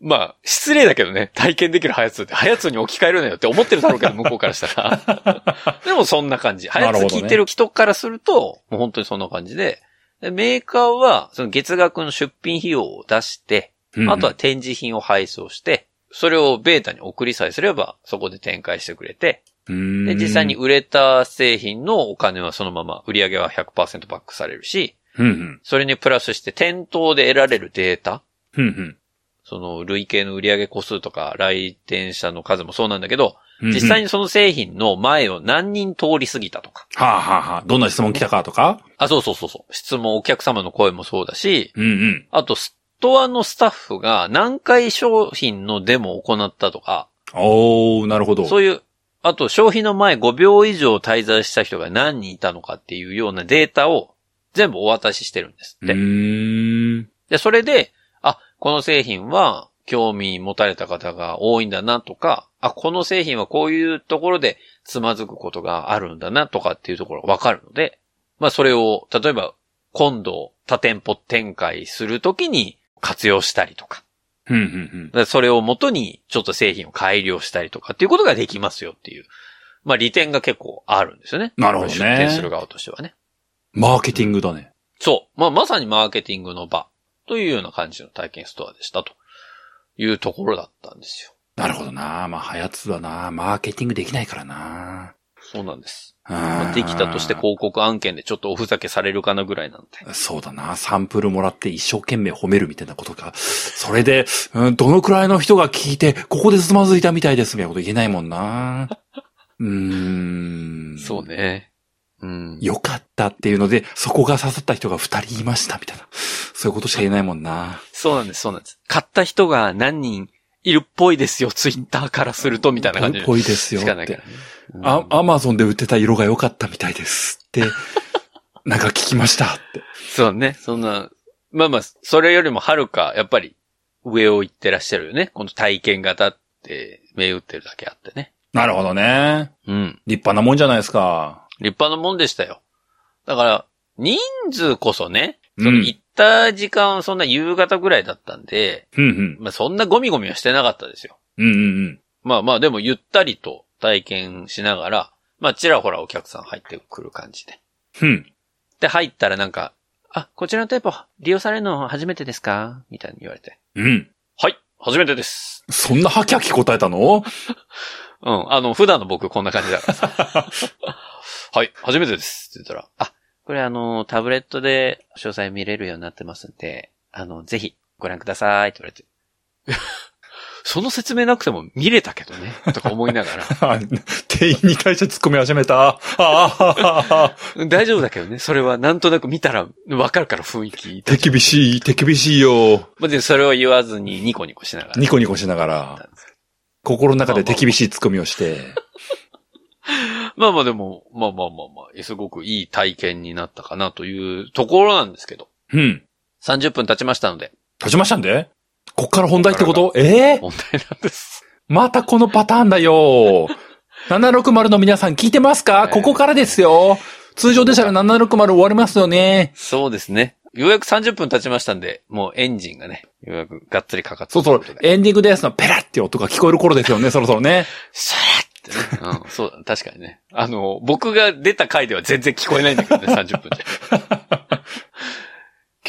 Speaker 1: まあ、失礼だけどね。体験できる早つって、早つに置き換えるなよって思ってるだろう けど、向こうからしたら。でもそんな感じ。
Speaker 2: るほ
Speaker 1: 早
Speaker 2: ど
Speaker 1: つ
Speaker 2: ね
Speaker 1: 聞いてる人からすると、もう本当にそんな感じで。でメーカーは、その月額の出品費用を出して、
Speaker 2: うん
Speaker 1: あとは展示品を配送して、それをベータに送りさえすれば、そこで展開してくれて、で、
Speaker 2: で
Speaker 1: 実際に、売れた製品のお金はそのまま、売り上げは100%バックされるし、
Speaker 2: うんうん。
Speaker 1: それにプラスして店頭で得られるデータ、
Speaker 2: うんうん
Speaker 1: その累計の売上個数とか来店者の数もそうなんだけど、
Speaker 2: うんうん
Speaker 1: 実際にその製品の前を何人通り過ぎたとか。
Speaker 2: はあはあはあ。どんな質問来たかとか
Speaker 1: あ、そうそうそうそう。質問、お客様の声もそうだし、
Speaker 2: うんうん。
Speaker 1: あとストアのスタッフが何回商品のデモを行ったとか、
Speaker 2: おー、なるほど。
Speaker 1: そういう、あと商品の前5秒以上滞在した人が何人いたのかっていうようなデータを全部お渡ししてるんですって
Speaker 2: う。ーん。
Speaker 1: で、それで、あ、この製品は興味持たれた方が多いんだなとか、あ、この製品はこういうところでつまずくことがあるんだなとかっていうところがわかるので、まあそれを、例えば今度多店舗展開するときに活用したりとか、
Speaker 2: うんうんうん。
Speaker 1: でそれをもとにちょっと製品を改良したりとかっていうことができますよっていう、まあ利点が結構あるんですよね。
Speaker 2: なるほどね
Speaker 1: 出店する側としてはね。
Speaker 2: マーケティングだね。
Speaker 1: そう。まあ、まさにマーケティングの場というような感じの体験ストアでしたというところだったんですよ。
Speaker 2: なるほどな。まあ、はやつはな。マーケティングできないからな。
Speaker 1: そうなんです。ま
Speaker 2: あ
Speaker 1: あ、
Speaker 2: ー
Speaker 1: できたとして広告案件でちょっとおふざけされるかなぐらいなんで。
Speaker 2: そうだな。サンプルもらって一生懸命褒めるみたいなことか。それで、うん、どのくらいの人が聞いて、ここでつまずいたみたいですみたいなこと言えないもんな。うーん。
Speaker 1: そう。ね。うん。
Speaker 2: よかったっていうので、そこが刺さった人が二人いましたみたいな。そういうことしか言えないもんな。
Speaker 1: そうなんです、そうなんです。買った人が何人いるっぽいですよ、ツイッターからするとみたいな感じ
Speaker 2: ぽいですよ
Speaker 1: しかな
Speaker 2: っ
Speaker 1: いから
Speaker 2: て
Speaker 1: ね。。
Speaker 2: あ、アマゾンで売ってた色が良かったみたいですって、 なんか聞きましたって。
Speaker 1: そうね、そんな、まあまあ、それよりもはるか、やっぱり、上を行ってらっしゃるよね。この体験型って、銘打ってるだけあってね。
Speaker 2: なるほどね。
Speaker 1: うん。
Speaker 2: 立派なもんじゃないですか。
Speaker 1: 立派なもんでしたよ。だから、人数こそね、
Speaker 2: うん
Speaker 1: その行った時間はそんな夕方ぐらいだったんで、
Speaker 2: うんうん。
Speaker 1: まあそんなゴミゴミはしてなかったですよ。
Speaker 2: うんうんうん。
Speaker 1: まあまあでもゆったりと体験しながら、まあちらほらお客さん入ってくる感じで。
Speaker 2: ふん。
Speaker 1: で、入ったらなんか、あ、こちらの店舗利用されるの初めてですかみたいに言われて。
Speaker 2: うん。
Speaker 1: はい、初めてです。
Speaker 2: そんなハキハキ答えたの
Speaker 1: うん、あの、普段の僕こんな感じだからさ。 はい、初めてです。って言ったら、あ、これあの、タブレットで詳細見れるようになってますんで、あの、ぜひご覧くださいって言われて。 その説明なくても見れたけどね、とか思いながら。
Speaker 2: 店員に対して突っ込み始めた。あ あ、
Speaker 1: うん大丈夫だけどね。それはなんとなく見たらわかるから雰囲気。
Speaker 2: 手厳しい、手厳しいよ。
Speaker 1: まあで、それを言わずにニコニコしながら。
Speaker 2: ニコニコしながら、心の中で手厳しい突っ込みをして。
Speaker 1: まあまあでも、まあまあまあまあ、すごくいい体験になったかなというところなんですけど。
Speaker 2: うん。
Speaker 1: 30分経ちましたので、
Speaker 2: 閉じましたんでこっから本題ってことええ
Speaker 1: 問題なんです。
Speaker 2: またこのパターンだよ。760の皆さん聞いてますか、
Speaker 1: ね
Speaker 2: ここからですよ。通常でしたら760終わりますよね。
Speaker 1: そうですね。ようやく30分経ちましたんで、もうエンジンがね、ようやくがっつりかかって
Speaker 2: そうそう
Speaker 1: というこ、とで
Speaker 2: エンディングですのペラって音が聞こえる頃ですよね、そろそろね。
Speaker 1: シャラってね。うん、そうだ、確かにね。あの、僕が出た回では全然聞こえないんだけど ね、30分で。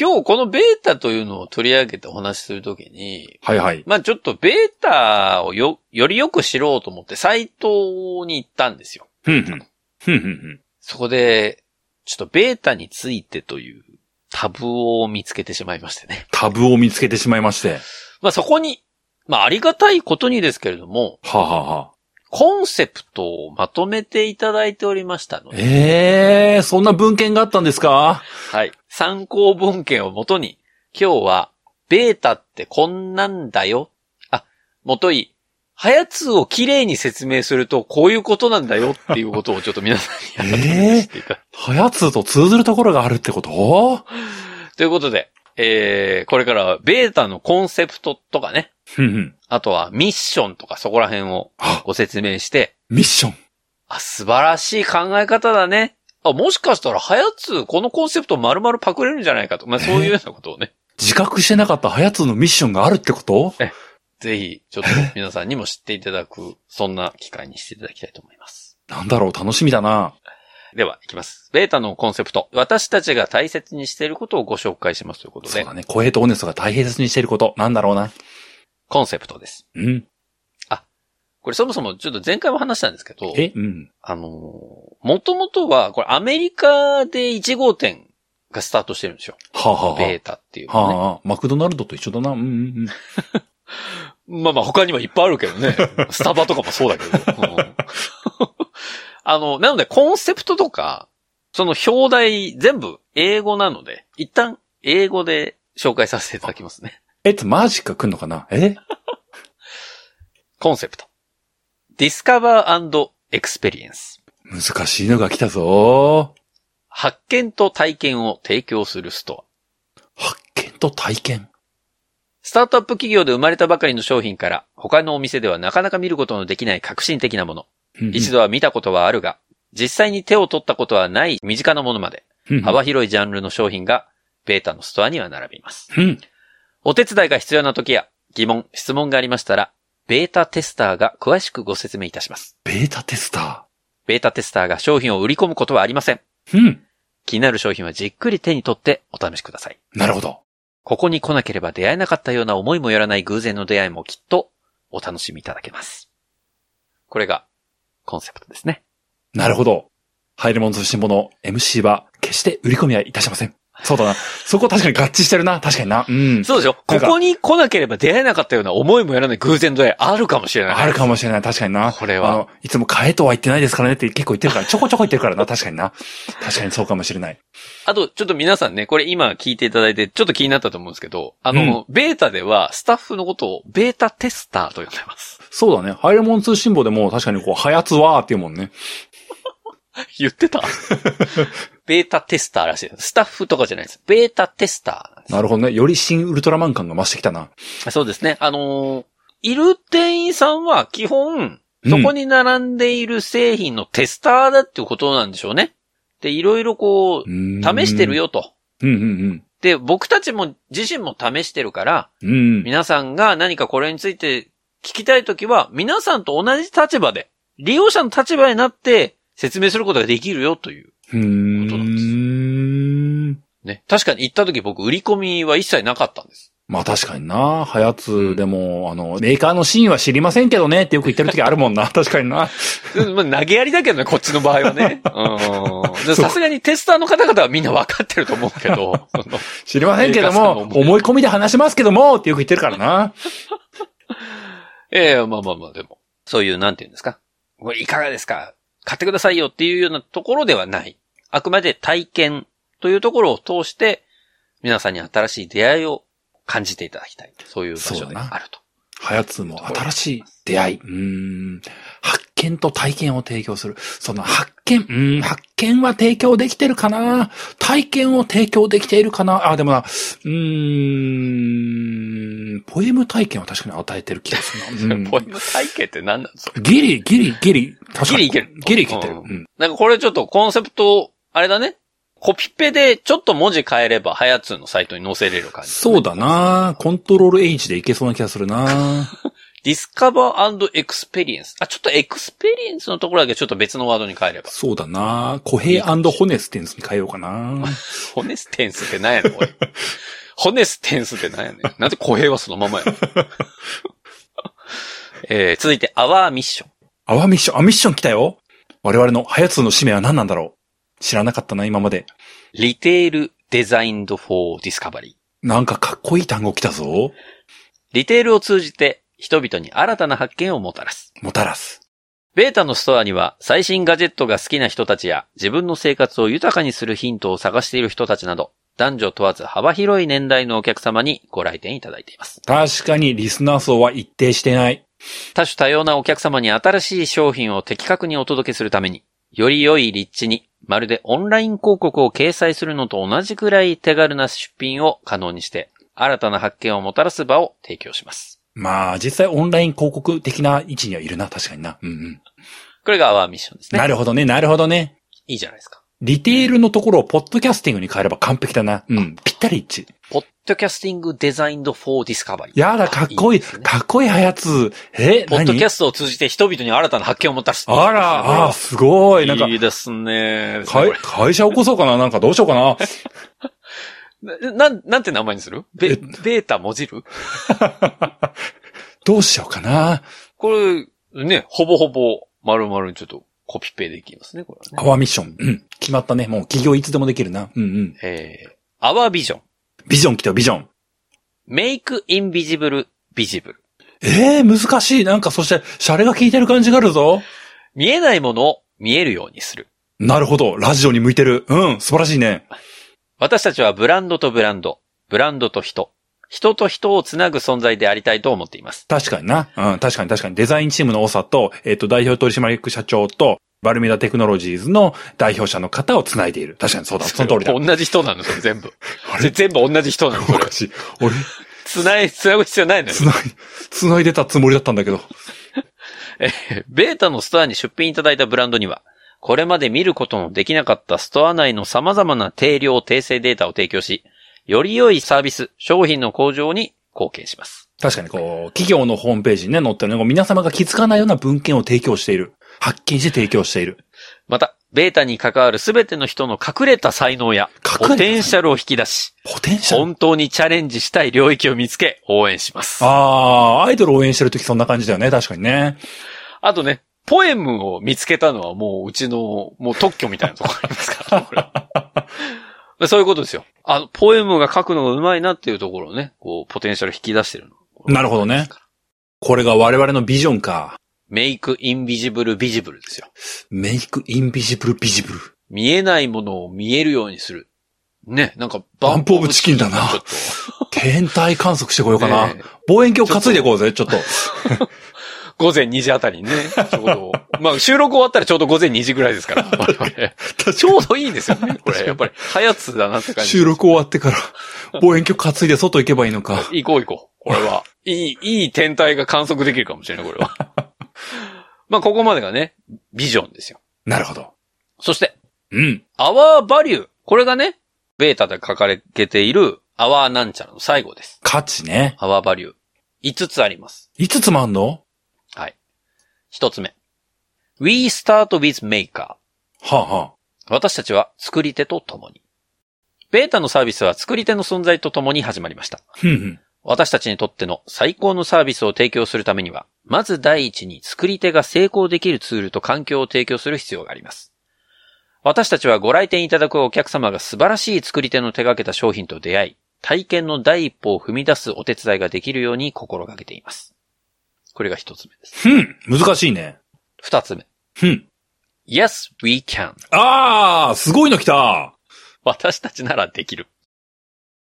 Speaker 1: 今日このベータというのを取り上げてお話しするときに、
Speaker 2: はいはい。
Speaker 1: まあちょっとベータをよ、よりよく知ろうと思ってサイトに行ったんですよ。
Speaker 2: ふんふん。ふんふんふん。
Speaker 1: そこで、ちょっとベータについてというタブを見つけてしまいましてね。
Speaker 2: タブを見つけてしまいまして。
Speaker 1: まあそこに、まあありがたいことにですけれども、
Speaker 2: はあ、はあはあ、
Speaker 1: コンセプトをまとめていただいておりましたので、
Speaker 2: ええそんな文献があったんですか
Speaker 1: はい。参考文献をもとに、今日は、ベータってこんなんだよ。あ、もとい、はやつをきれいに説明すると、こういうことなんだよっていうことをちょっと皆さんに改めてしていただ
Speaker 2: はやつと通ずるところがあるってこと
Speaker 1: ということで、えー、これからはベータのコンセプトとかね、
Speaker 2: ふんふん。
Speaker 1: あとはミッションとかそこら辺を
Speaker 2: あ、
Speaker 1: ご説明して、
Speaker 2: ミッション。
Speaker 1: あ、素晴らしい考え方だね。あ、もしかしたら、はやつ、このコンセプト丸々パクれるんじゃないかと。まあ、そういうようなこと をね、
Speaker 2: 自覚してなかったはやつのミッションがあるってこと
Speaker 1: ぜひ、ちょっと皆さんにも知っていただ く、そんな機会にしていただきたいと思います。
Speaker 2: なんだろう、楽しみだな。
Speaker 1: では、いきます。ベータのコンセプト。私たちが大切にしていることをご紹介しますということ
Speaker 2: そう
Speaker 1: で
Speaker 2: だ、ね。小平とオネストが大切にしていること。なんだろうな。
Speaker 1: コンセプトです。
Speaker 2: うん。
Speaker 1: これそもそもちょっと前回も話したんですけど、
Speaker 2: えうん。
Speaker 1: あのー、もともとは、これアメリカで1号店がスタートしてるんですよ。
Speaker 2: はあ、はあはあ
Speaker 1: ベータっていうの
Speaker 2: は
Speaker 1: はね。
Speaker 2: あはあ、マクドナルドと一緒だな。うんうん
Speaker 1: まあまあ他にはいっぱいあるけどね。スタバとかもそうだけど。うんあの、なのでコンセプトとか、その表題全部英語なので、一旦英語で紹介させていただきますね。
Speaker 2: えっと、マジか来んのかなえ
Speaker 1: コンセプト。Discover Experience。
Speaker 2: 難しいのが来たぞ。
Speaker 1: 発見と体験を提供するストア。
Speaker 2: 発見と体験。
Speaker 1: スタートアップ企業で生まれたばかりの商品から、他のお店ではなかなか見ることのできない革新的なもの。一度
Speaker 2: 度、
Speaker 1: は見たことはあるが、実際に手を取ったことはない身近なものまで、
Speaker 2: うんうん
Speaker 1: 幅広いジャンルの商品が、ベータのストアには並びます。
Speaker 2: うん。
Speaker 1: お手伝いが必要な時や、疑問、質問がありましたら、ベータテスターが詳しくご説明いたします。
Speaker 2: ベータテスタ
Speaker 1: ベータテスターが商品を売り込むことはありません。
Speaker 2: ー。うん。
Speaker 1: 気になる商品はじっくり手に取ってお試しください。
Speaker 2: なるほど。
Speaker 1: ここに来なければ出会えなかったような思いもよらない偶然の出会いもきっとお楽しみいただけます。これがコンセプトですね。
Speaker 2: なるほど。入るものとしてもの MC は決して売り込みはいたしません。そうだな。そこ確かに合致してるな。確かにな。うん。
Speaker 1: そうでしょ
Speaker 2: な
Speaker 1: こ
Speaker 2: んか
Speaker 1: こに来なければ出会えなかったような思いもよらない偶然の出会いあるかもしれない。
Speaker 2: あるかもしれない。確かにな。
Speaker 1: これ
Speaker 2: あ
Speaker 1: は。
Speaker 2: の、いつも買えとは言ってないですからねって結構言ってるから、ちょこちょこ言ってるからな。確かにな。確かにそうかもしれない。
Speaker 1: あと、ちょっと皆さんね、これ今聞いていただいて、ちょっと気になったと思うんですけど、あの、ベータではスタッフのことをベータテスターと呼んでます。
Speaker 2: そうだね。ハイレモン 通信簿でも確かにこう、ハヤツワーっていうもんね。
Speaker 1: 言ってたベータテスターらしいです。スタッフとかじゃないです。ベータテスターなんで
Speaker 2: なるほどね。より新ウルトラマン感が増してきたな。
Speaker 1: す。そうですね。あのーいる店員さんは基本、そこ
Speaker 2: に、
Speaker 1: に並んでいる製品のテスターだっていうことなんでしょうね。で、いろいろこう、
Speaker 2: うん
Speaker 1: 試してる。よと。
Speaker 2: うんうん
Speaker 1: で、僕たちも自身も試してるから、
Speaker 2: うん。うん。
Speaker 1: 皆さんが何かこれについて聞きたいときは、皆さんと同じ立場で、利用者の立場になって説明することができるよという。
Speaker 2: う
Speaker 1: ことなんです
Speaker 2: ーん。
Speaker 1: ね。確かに行ったとき僕、売り込みは一切なかったん です。
Speaker 2: まあ確かにな。はやつでも、あの、メーカーのシーンは知りませんけどねってよく言ってる時ある もんな。確かにな。
Speaker 1: うんまあ、投げやりだけどね、こっちの場合は ね。うんで。
Speaker 2: そう
Speaker 1: さすがにテスターの方々はみんなわかってると思うけど、その
Speaker 2: 知りませんけども、
Speaker 1: メーカーさんも
Speaker 2: 思い込みで話しますけどもってよく言ってるからな。
Speaker 1: ええまあまあまあ、でも。そういう、なんていうんですか。これいかがですか買ってくださいよっていうようなところではない。あくまで体験というところを通して、皆さんに新しい出会いを感じていただきたい。そういう場所であると。
Speaker 2: はやつも新しい出会い。うーん。発見と体験を提供する。その発見、うーん、発見は提供できてるかな体験を提供できているかなあ、でもな、うーん、ポエム体験は確かに与えてる気がする な。うん
Speaker 1: ポエム体系って何なんですか
Speaker 2: ギリ、ギリ、ギリ、確か
Speaker 1: ギリ
Speaker 2: に
Speaker 1: いける
Speaker 2: ギリいけてる。
Speaker 1: う
Speaker 2: うんん。
Speaker 1: なんかこれちょっとコンセプト、あれだね。コピペでちょっと文字変えれば、ハヤツーのサイトに載せれる感じ。
Speaker 2: そうだなコントロール H でいけそうな気がするな
Speaker 1: ディスカバーエクスペリエンス。あ、ちょっとエクスペリエンスのところだけちょっと別のワードに変えれば。
Speaker 2: そうだなコヘイホネステンスに変えようかな
Speaker 1: ホネステンスって何やねん、おいホネステンスって何やねん。なんで公平はそのままやねん えー、続いて、アワーミッション。
Speaker 2: アワーミッション、あ、ミッション来たよ我々のハヤツの使命は何なんだろう知らなかったな、今まで。
Speaker 1: リテールデザインドフォーディスカバリー。
Speaker 2: なんかかっこいい単語来たぞ。
Speaker 1: リテールを通じて、人々に新たな発見をもたらす。
Speaker 2: もたらす。
Speaker 1: ベータのストアには、最新ガジェットが好きな人たちや、自分の生活を豊かにするヒントを探している人たちなど、男女問わず幅広い年代のお客様にご来店いただいています。
Speaker 2: 確かにリスナー層は一定してない。
Speaker 1: 多種多様なお客様に新しい商品を的確にお届けするために、より良い立地に、まるでオンライン広告を掲載するのと同じくらい手軽な出品を可能にして、新たな発見をもたらす場を提供します。
Speaker 2: まあ、実際オンライン広告的な位置にはいるな、確かにな。うんうん。
Speaker 1: これがアワーミッションですね
Speaker 2: な。るほどね、なるほどね。
Speaker 1: いいじゃないですか。
Speaker 2: リテールのところをポッドキャスティングに変えれば完璧だな。うん。ぴったり一致。
Speaker 1: ポッドキャスティングデザインドフォーディスカバリー。
Speaker 2: やだ、かっこいい。
Speaker 1: ですね
Speaker 2: かっこいいハヤツ。え、
Speaker 1: ポッドキャ
Speaker 2: ス
Speaker 1: ストを通じて人々に新たな発見をもたらす。
Speaker 2: あら、あー、すごい。なんか
Speaker 1: い、いですね。
Speaker 2: 会
Speaker 1: こ
Speaker 2: 会社起こそうかななんかどうしようか な。
Speaker 1: れな、なんなんて名前にするベ、
Speaker 2: え
Speaker 1: ベータ文字る
Speaker 2: どうしようかな。
Speaker 1: これ、ね、ほぼほぼ、丸々にちょっとコピペできますね、これは
Speaker 2: ア
Speaker 1: ね。
Speaker 2: ワーミッション。うん。決まったね。もう企業いつでもできるな。うんうん。
Speaker 1: えー、アワービジョン。
Speaker 2: ビジョン来たよ、ビジョン。
Speaker 1: メイクインビジブル、ビジブル。
Speaker 2: ええー、難しい。なんか、そして、シャレが効いてる感じがあるぞ。
Speaker 1: 見えないものを見えるようにする。
Speaker 2: なるほど。ラジオに向いてる。うん。素晴らしいね。
Speaker 1: 私たちはブランドとブランド、ブランドと人、人と人をつなぐ存在でありたいと思っています。
Speaker 2: 確かにな。うん。確かに確かに。デザインチームの長と、えっ、と、代表取締役社長と、バルミダテクノロジーズの代表者の方を繋いでいる。確かにそうだ。その通りだ。
Speaker 1: 同じ人なの、それ全部。
Speaker 2: あ
Speaker 1: それ
Speaker 2: れ
Speaker 1: 全部同じ人な の、
Speaker 2: お
Speaker 1: それ
Speaker 2: か。しい。俺、
Speaker 1: つない、つなぐ必要ないのよ。
Speaker 2: 繋い、繋いでたつもりだったんだけど。
Speaker 1: ベータのストアに出品いただいたブランドには、これまで見ることのできなかったストア内の様々な定量訂正データを提供し、より良いサービス、商品の向上に貢献します。
Speaker 2: 確かにこう、企業のホームページにね、載ってるのが皆様が気づかないような文献を提供している。発見して提供している。
Speaker 1: また、ベータに関わる全ての人の隠れた才能や、ポ
Speaker 2: 隠れた才能
Speaker 1: テンシャルを引き出し、
Speaker 2: ポテンシャル
Speaker 1: 本当にチャレンジしたい領域を見つけ、応援します。あ
Speaker 2: ああ、アイドル応援してるときそんな感じだよね。確かにね。
Speaker 1: とね、ポエムを見つけたのはもううちの、もう特許みたいなところありますから、これ でそういうことですよ。あの、ポエムが書くのが上手いなっていうところをね、こう、ポテンシャル引き出してるの。
Speaker 2: なるほどね。これが我々のビジョンか。
Speaker 1: メイクインビジブルビジブルですよ。
Speaker 2: メイクインビジブルビジブル。
Speaker 1: 見えないものを見えるようにする。ね、なんか、
Speaker 2: バンプオブチキンだな
Speaker 1: ちょっと
Speaker 2: 天体観測してこようか
Speaker 1: ね
Speaker 2: な。
Speaker 1: え
Speaker 2: 望遠鏡担いでいこうぜ、ちょっと。
Speaker 1: 午前2時あたりにね、ちょうど。まあ、収録終わったらちょうど午前2時ぐらいです から、我 々。ちょうどいいですよね、これ。やっぱり、早津だなって感じ。
Speaker 2: 収。録終わってから、望遠鏡担いで外行けばいいのか。
Speaker 1: 行こう行こう。これは。いい、いい天体が観測できるかもしれない、これは。 まあ、ここまでがね、ビジョンですよ。
Speaker 2: なるほど。
Speaker 1: そして、
Speaker 2: うん。
Speaker 1: アワーバリュー。これがね、ベータで書かれている、アワーなんちゃらの最後です。
Speaker 2: 価値ね。
Speaker 1: アワーバリュー。5つあります。
Speaker 2: 5つもあんの
Speaker 1: 1つ目。We start with maker.
Speaker 2: はあ、は
Speaker 1: 私たちは作り手と共に。ベータのサービスは作り手の存在と共に始まりました。
Speaker 2: あ、ふんふん。
Speaker 1: 私たちにとっての最高のサービスを提供するためには、まず第一に作り手が成功できるツールと環境を提供する必要があります。私たちはご来店いただくお客様が素晴らしい作り手の手掛けた商品と出会い、体験の第一歩を踏み出すお手伝いができるように心がけています。これが一つ目です。
Speaker 2: ふん。難しいね。
Speaker 1: 二つ目。
Speaker 2: ふん。
Speaker 1: Yes, we can.
Speaker 2: ああ、すごいの来た。
Speaker 1: 私たちならできる。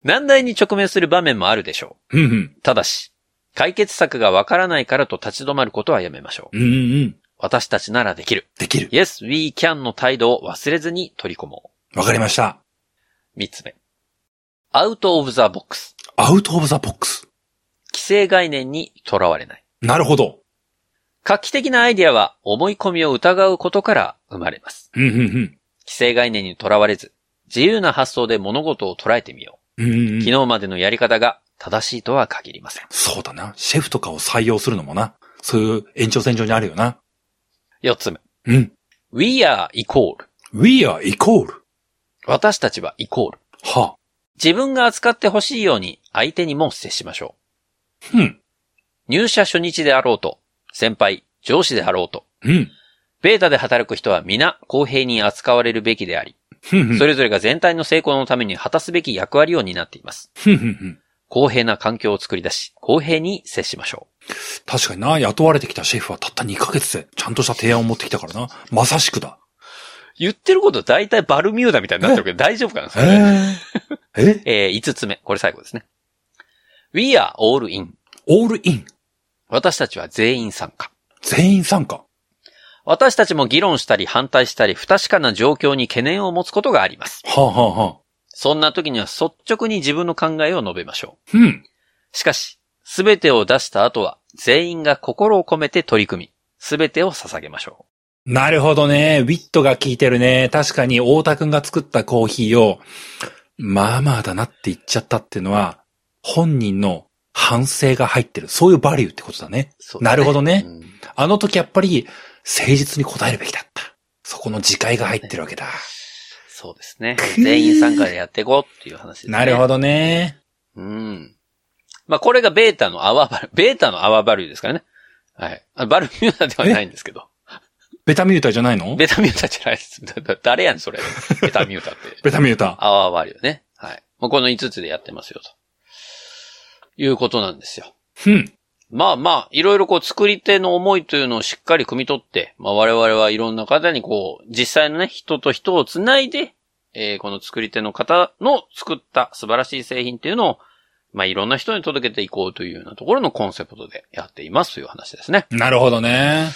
Speaker 1: 難題に直面する場面もあるでしょ
Speaker 2: ふんふん。
Speaker 1: う。ただし、解決策がわからないからと立ち止まることはやめましょう。
Speaker 2: うんうんうん。
Speaker 1: 私たちならできる。
Speaker 2: できる。
Speaker 1: Yes, we can の態度を忘れずに取り込も
Speaker 2: わかりました。
Speaker 1: う。三つ目。Out of the box。
Speaker 2: アウトオブザボックス。
Speaker 1: 規制概念にとらわれない。
Speaker 2: なるほど。
Speaker 1: 画期的なアイデアは思い込みを疑うことから生まれます。
Speaker 2: うんうん
Speaker 1: 規制概念にとらわれず、自由な発想で物事を捉えてみよ
Speaker 2: うん。うんうんう
Speaker 1: う。
Speaker 2: ん
Speaker 1: 昨日までのやり方が正しいとは限りません。
Speaker 2: そうだな。シェフとかを採用するのもな。そういう延長線上にあるよな。
Speaker 1: 四つ目。
Speaker 2: うん。
Speaker 1: We are equal.
Speaker 2: we are equal.
Speaker 1: 私たちはイコール。
Speaker 2: は
Speaker 1: 自分が扱ってほしいように相手にも接しましょう。
Speaker 2: あ。うん。
Speaker 1: 入社初日であろうと、先輩、上司であろうと、
Speaker 2: うん。
Speaker 1: ベータで働く人は皆公平に扱われるべきであり、
Speaker 2: ふんふん。
Speaker 1: それぞれが全体の成功のために果たすべき役割を担っています。
Speaker 2: ふんふんふん。
Speaker 1: 公平な環境を作り出し、公平に接しましょ
Speaker 2: 確かにな、雇われてきたシェフはたった2ヶ月で、ちゃんとした提案を持ってきたからな。まさしくだ。
Speaker 1: う。言ってること大体バルミューダみたいになってるけど大丈夫かなそれ
Speaker 2: ええ
Speaker 1: えー、5つ目。これ最後ですね。We are all in.
Speaker 2: オールイン。
Speaker 1: 私たちは全員参加。
Speaker 2: 全員参加。
Speaker 1: 私たちも議論したり反対したり不確かな状況に懸念を持つことがあります。
Speaker 2: はあ、はあはあ、
Speaker 1: そんな時には率直に自分の考えを述べましょう。
Speaker 2: うん。
Speaker 1: しかし、すべてを出した後は、全員が心を込めて取り組み、すべてを捧げましょ
Speaker 2: なるほどね。ウィットが効いてるね。確かに、太田くんが作ったコーヒーを、まあまあだなって言っちゃったっていうのは、本人の反省が入ってる。そういうバリューってことだね。
Speaker 1: う。
Speaker 2: なるほどね
Speaker 1: うん
Speaker 2: あの時やっぱり、誠実に答えるべきだった。そこの自戒が入ってるわけだ。
Speaker 1: そうですね。全員参加でやっていこうっていう話ですね。
Speaker 2: なるほ
Speaker 1: ど。
Speaker 2: どね。
Speaker 1: うん。まあ、これがベータのアワーバル、ベータのアワーバリューですからね。はい。あバルミューダではないんですけど。
Speaker 2: ベタミュータじゃないの
Speaker 1: ベタミューダじゃないです。だだ誰やねん、それ。ベタミューダって。
Speaker 2: ベタミュータ。
Speaker 1: アワーバリューね。はい。もうこの5つでやってますよ、と。いうことなんですよ。
Speaker 2: うん。
Speaker 1: まあまあ、いろいろこう作り手の思いというのをしっかり汲み取って、まあ我々はいろんな方にこう、実際のね、人と人をつないで、えーこの作り手の方の作った素晴らしい製品っていうのを、まあいろんな人に届けていこうというようなところのコンセプトでやっていますという話ですね。
Speaker 2: なるほどね。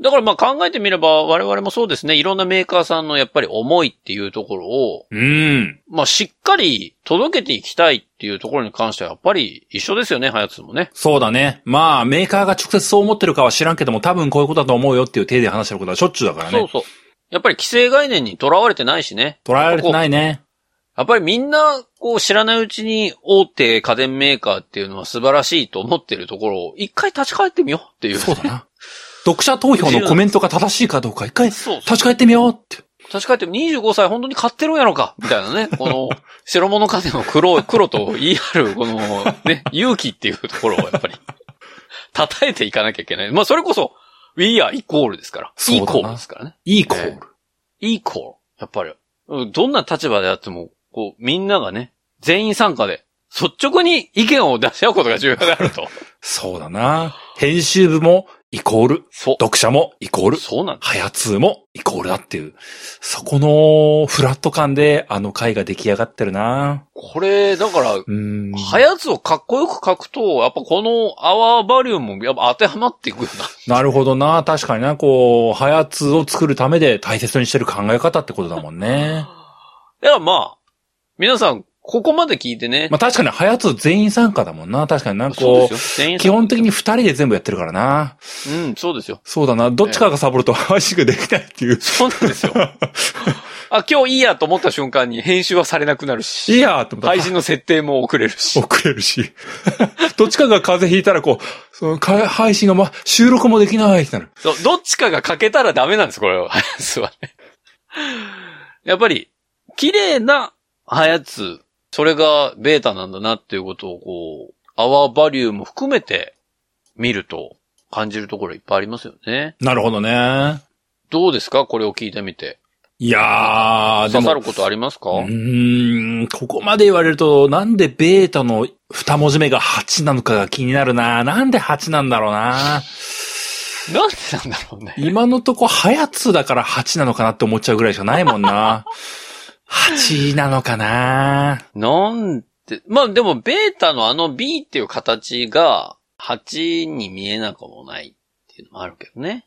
Speaker 1: だからまあ考えてみれば我々もそうですね、いろんなメーカーさんのやっぱり思いっていうところを、
Speaker 2: うん。
Speaker 1: まあしっかり届けていきたいっていうところに関してはやっぱり一緒ですよね、はやつもね。
Speaker 2: そうだね。まあ、メーカーが直接そう思ってるかは知らんけども、多分こういうことだと思うよっていう手で話してることはしょっちゅうだからね。
Speaker 1: そうそう。やっぱり規制概念にとらわれてないしね。
Speaker 2: 捉えられてないね。
Speaker 1: やっぱりみんな、こう知らないうちに大手家電メーカーっていうのは素晴らしいと思ってるところを一回立ち返ってみようっていう。
Speaker 2: そうだな。読者投票のコメントが正しいかどうか、一回、
Speaker 1: そうそう
Speaker 2: 立ち返ってみようって。
Speaker 1: 立ち返って25歳本当に買ってるんやろかみたいな ね。この、白物家電の黒、黒と言い張る、このね、勇気っていうところをやっぱり、叩いていかなきゃいけない。まあそれこそ、We are equal ですから。
Speaker 2: そうだな
Speaker 1: equal ですからね。
Speaker 2: いいコール。
Speaker 1: いい子。やっぱり。うんどんな立場であっても、こう、みんながね、全員参加で、率直に意見を出し合うことが重要であると。
Speaker 2: そうだな。編集部もイコール、
Speaker 1: そ
Speaker 2: 読者もイコー
Speaker 1: う。
Speaker 2: ル、
Speaker 1: そうなんだ。
Speaker 2: ハヤツーもイコールだっていう、そこのフラット感であの回が出来上がってるな
Speaker 1: これ、だから、
Speaker 2: うーん。
Speaker 1: はやつをかっこよく書くと、やっぱこのアワーバリューもやっぱ当てはまっていくよな。
Speaker 2: なるほどな確かにな、こう、ハヤツーを作るためで大切にしてる考え方ってことだも んね。
Speaker 1: いや、まあ、皆さん、ここまで聞いてね。
Speaker 2: まあ確かにハヤツー全員参加だもんな確かになんか
Speaker 1: そう
Speaker 2: こ
Speaker 1: で
Speaker 2: う、
Speaker 1: すよ。全員
Speaker 2: 基本的に二人で全部やってるからな
Speaker 1: うん、そうですよ。
Speaker 2: そうだな。どっちかがサボると美味しくできないって いう。
Speaker 1: そうなんですよ。あ、今日いいやと思った瞬間に編集はされなくなるし、
Speaker 2: いいやーって思った
Speaker 1: 配信の設定も遅れるし。
Speaker 2: 遅れるし。 どっちかが風邪ひいたらこう、そのか配信がま、収録もできないってなる。
Speaker 1: そうどっちかが欠けたらダメなんです、これは。は やつはね。やっぱり、綺麗なはやつ、それがベータなんだなっていうことを、こう、アワーバリューも含めて見ると感じるところいっぱいありますよね。
Speaker 2: なるほどね。
Speaker 1: どうですかこれを聞いてみて。
Speaker 2: いやー、で
Speaker 1: 刺さ
Speaker 2: も、
Speaker 1: ることありますか
Speaker 2: うーん、ここまで言われると、なんでベータの二文字目が8なのかが気になるななんで8なんだろうな
Speaker 1: なんでなんだろうね。
Speaker 2: 今のとこ、はやつだから8なのかなって思っちゃうぐらいしかないもん な8なのかな
Speaker 1: なんて、まあでもベータのあの B っていう形が8に見えなくもないっていうのもあるけどね。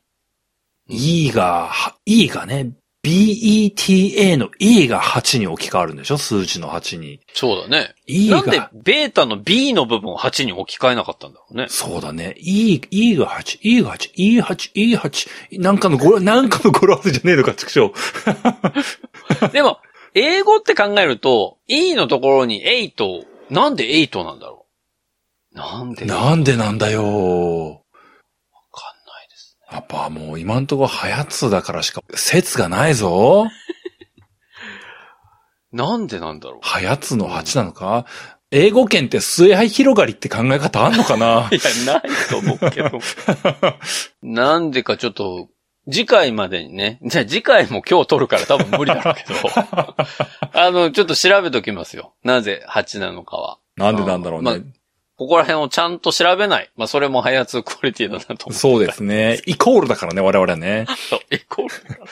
Speaker 2: E が、は E がね、BETA の E が8に置き換わるんでしょ数字の8に。
Speaker 1: そうだね。
Speaker 2: E
Speaker 1: なんで
Speaker 2: が、
Speaker 1: ベータの B の部分を8に置き換えなかったんだろうね。
Speaker 2: そうだね。E、E が8、E が8、E 8、E 8、なんかの語呂、なんかの語呂合わせじゃねえのか、畜生。
Speaker 1: でも、英語って考えると、E のところに8、なんで8なんだろう。なんでわかん
Speaker 2: なんでなんだよ。
Speaker 1: ないです。
Speaker 2: やっぱもう今んところはやつだからしか説がないぞ。
Speaker 1: なんでなんだろう。
Speaker 2: はやつの8なのか英語圏って末広がりって考え方あんのかな
Speaker 1: いや、ないと思うけど。なんでかちょっと、次回までにね。じゃあ次回も今日撮るから多分無理だろうけど。あの、ちょっと調べときますよ。なぜ8なのかは。
Speaker 2: なんでなんだろうね。
Speaker 1: まここら辺をちゃんと調べない。まあ、それもハヤツークオリティだなと思う
Speaker 2: そうですね。イコールだからね、我々はね。
Speaker 1: そう、 イコールだから。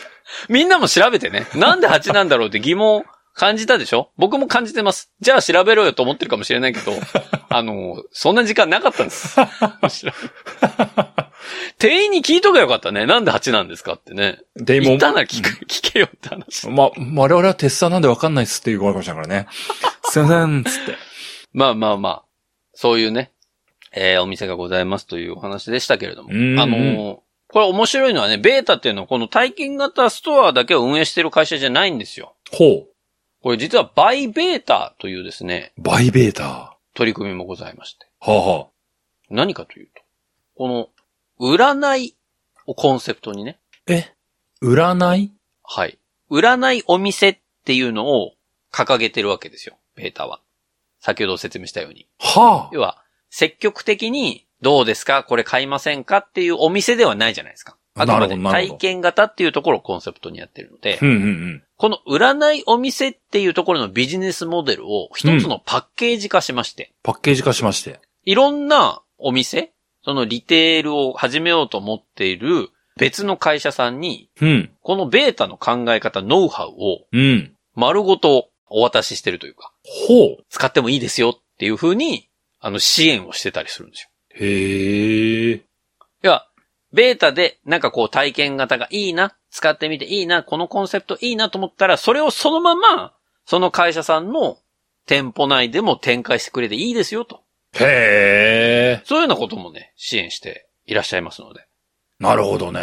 Speaker 1: みんなも調べてね。なんで8なんだろうって疑問感じたでしょ僕も感じてます。じゃあ調べろよと思ってるかもしれないけど、 あの、そんな時間なかったんです。 調べ店員に聞いとけばよかったね。なんで8なんですかってね。
Speaker 2: で
Speaker 1: 言ったなら聞く聞けよって話。
Speaker 2: ま、我々は鉄さんなんでわかんないっすっていうことかもしれない からね。すいません、つって。
Speaker 1: まあまあまあ、そういうね、えーお店がございますというお話でしたけれども。
Speaker 2: うんうん
Speaker 1: あのーこれ面白いのはね、ベータっていうのはこの体験型ストアだけを運営してる会社じゃないんですよ。
Speaker 2: ほ
Speaker 1: これ実はバイベータというですね、
Speaker 2: う。バイベーター。は
Speaker 1: 取り組みもございまして。
Speaker 2: あ、はあ、
Speaker 1: 何かというと、この、占いをコンセプトにね、
Speaker 2: え占い
Speaker 1: はい。占いお店っていうのを掲げてるわけですよ、ベータは。先ほど説明したように。
Speaker 2: はあ。
Speaker 1: 要は、積極的に、どうですかこれ買いませんかっていうお店ではないじゃないですか。あくまで
Speaker 2: なるほどな
Speaker 1: 体
Speaker 2: るほど
Speaker 1: 験型っていうところをコンセプトにやってるので
Speaker 2: う、んうんうん。
Speaker 1: この占いお店っていうところのビジネスモデルを一つのパッケージ化しまして、
Speaker 2: パッケージ化しまして。
Speaker 1: いろんなお店、そのリテールを始めようと思っている別の会社さんに、
Speaker 2: うん。
Speaker 1: このベータの考え方、ノウハウを
Speaker 2: うん。
Speaker 1: 丸ごとお渡ししてるというか、
Speaker 2: ほう。
Speaker 1: 使ってもいいですよっていう風に、あの、支援をしてたりするんですよ。
Speaker 2: へえ。
Speaker 1: いや、ベータでなんかこう体験型がいいな、使ってみていいな、このコンセプトいいなと思ったら、それをそのまま、その会社さんの店舗内でも展開してくれていいですよと。
Speaker 2: へえ。
Speaker 1: そういうようなこともね、支援していらっしゃいますので。
Speaker 2: なるほどね。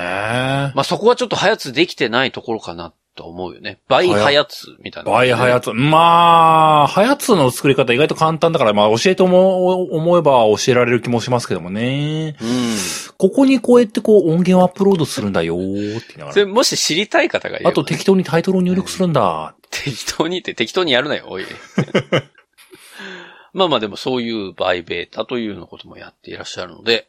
Speaker 1: まあ、そこはちょっと早つできてないところかなと思うよね。倍早つみたいな。
Speaker 2: バイハヤツ。まあ、ハヤツの作り方意外と簡単だから、まあ教えても思えば教えられる気もしますけどもね。
Speaker 1: うん。
Speaker 2: ここにこうやってこう音源をアップロードするんだよーって言いなが
Speaker 1: それ
Speaker 2: ら。
Speaker 1: もし知りたい方がいれば
Speaker 2: あと適当にタイトルを入力するんだ。
Speaker 1: 適当にって適当にやるなよ、おい。まあまあでもそういう倍ベータというようなこともやっていらっしゃるので、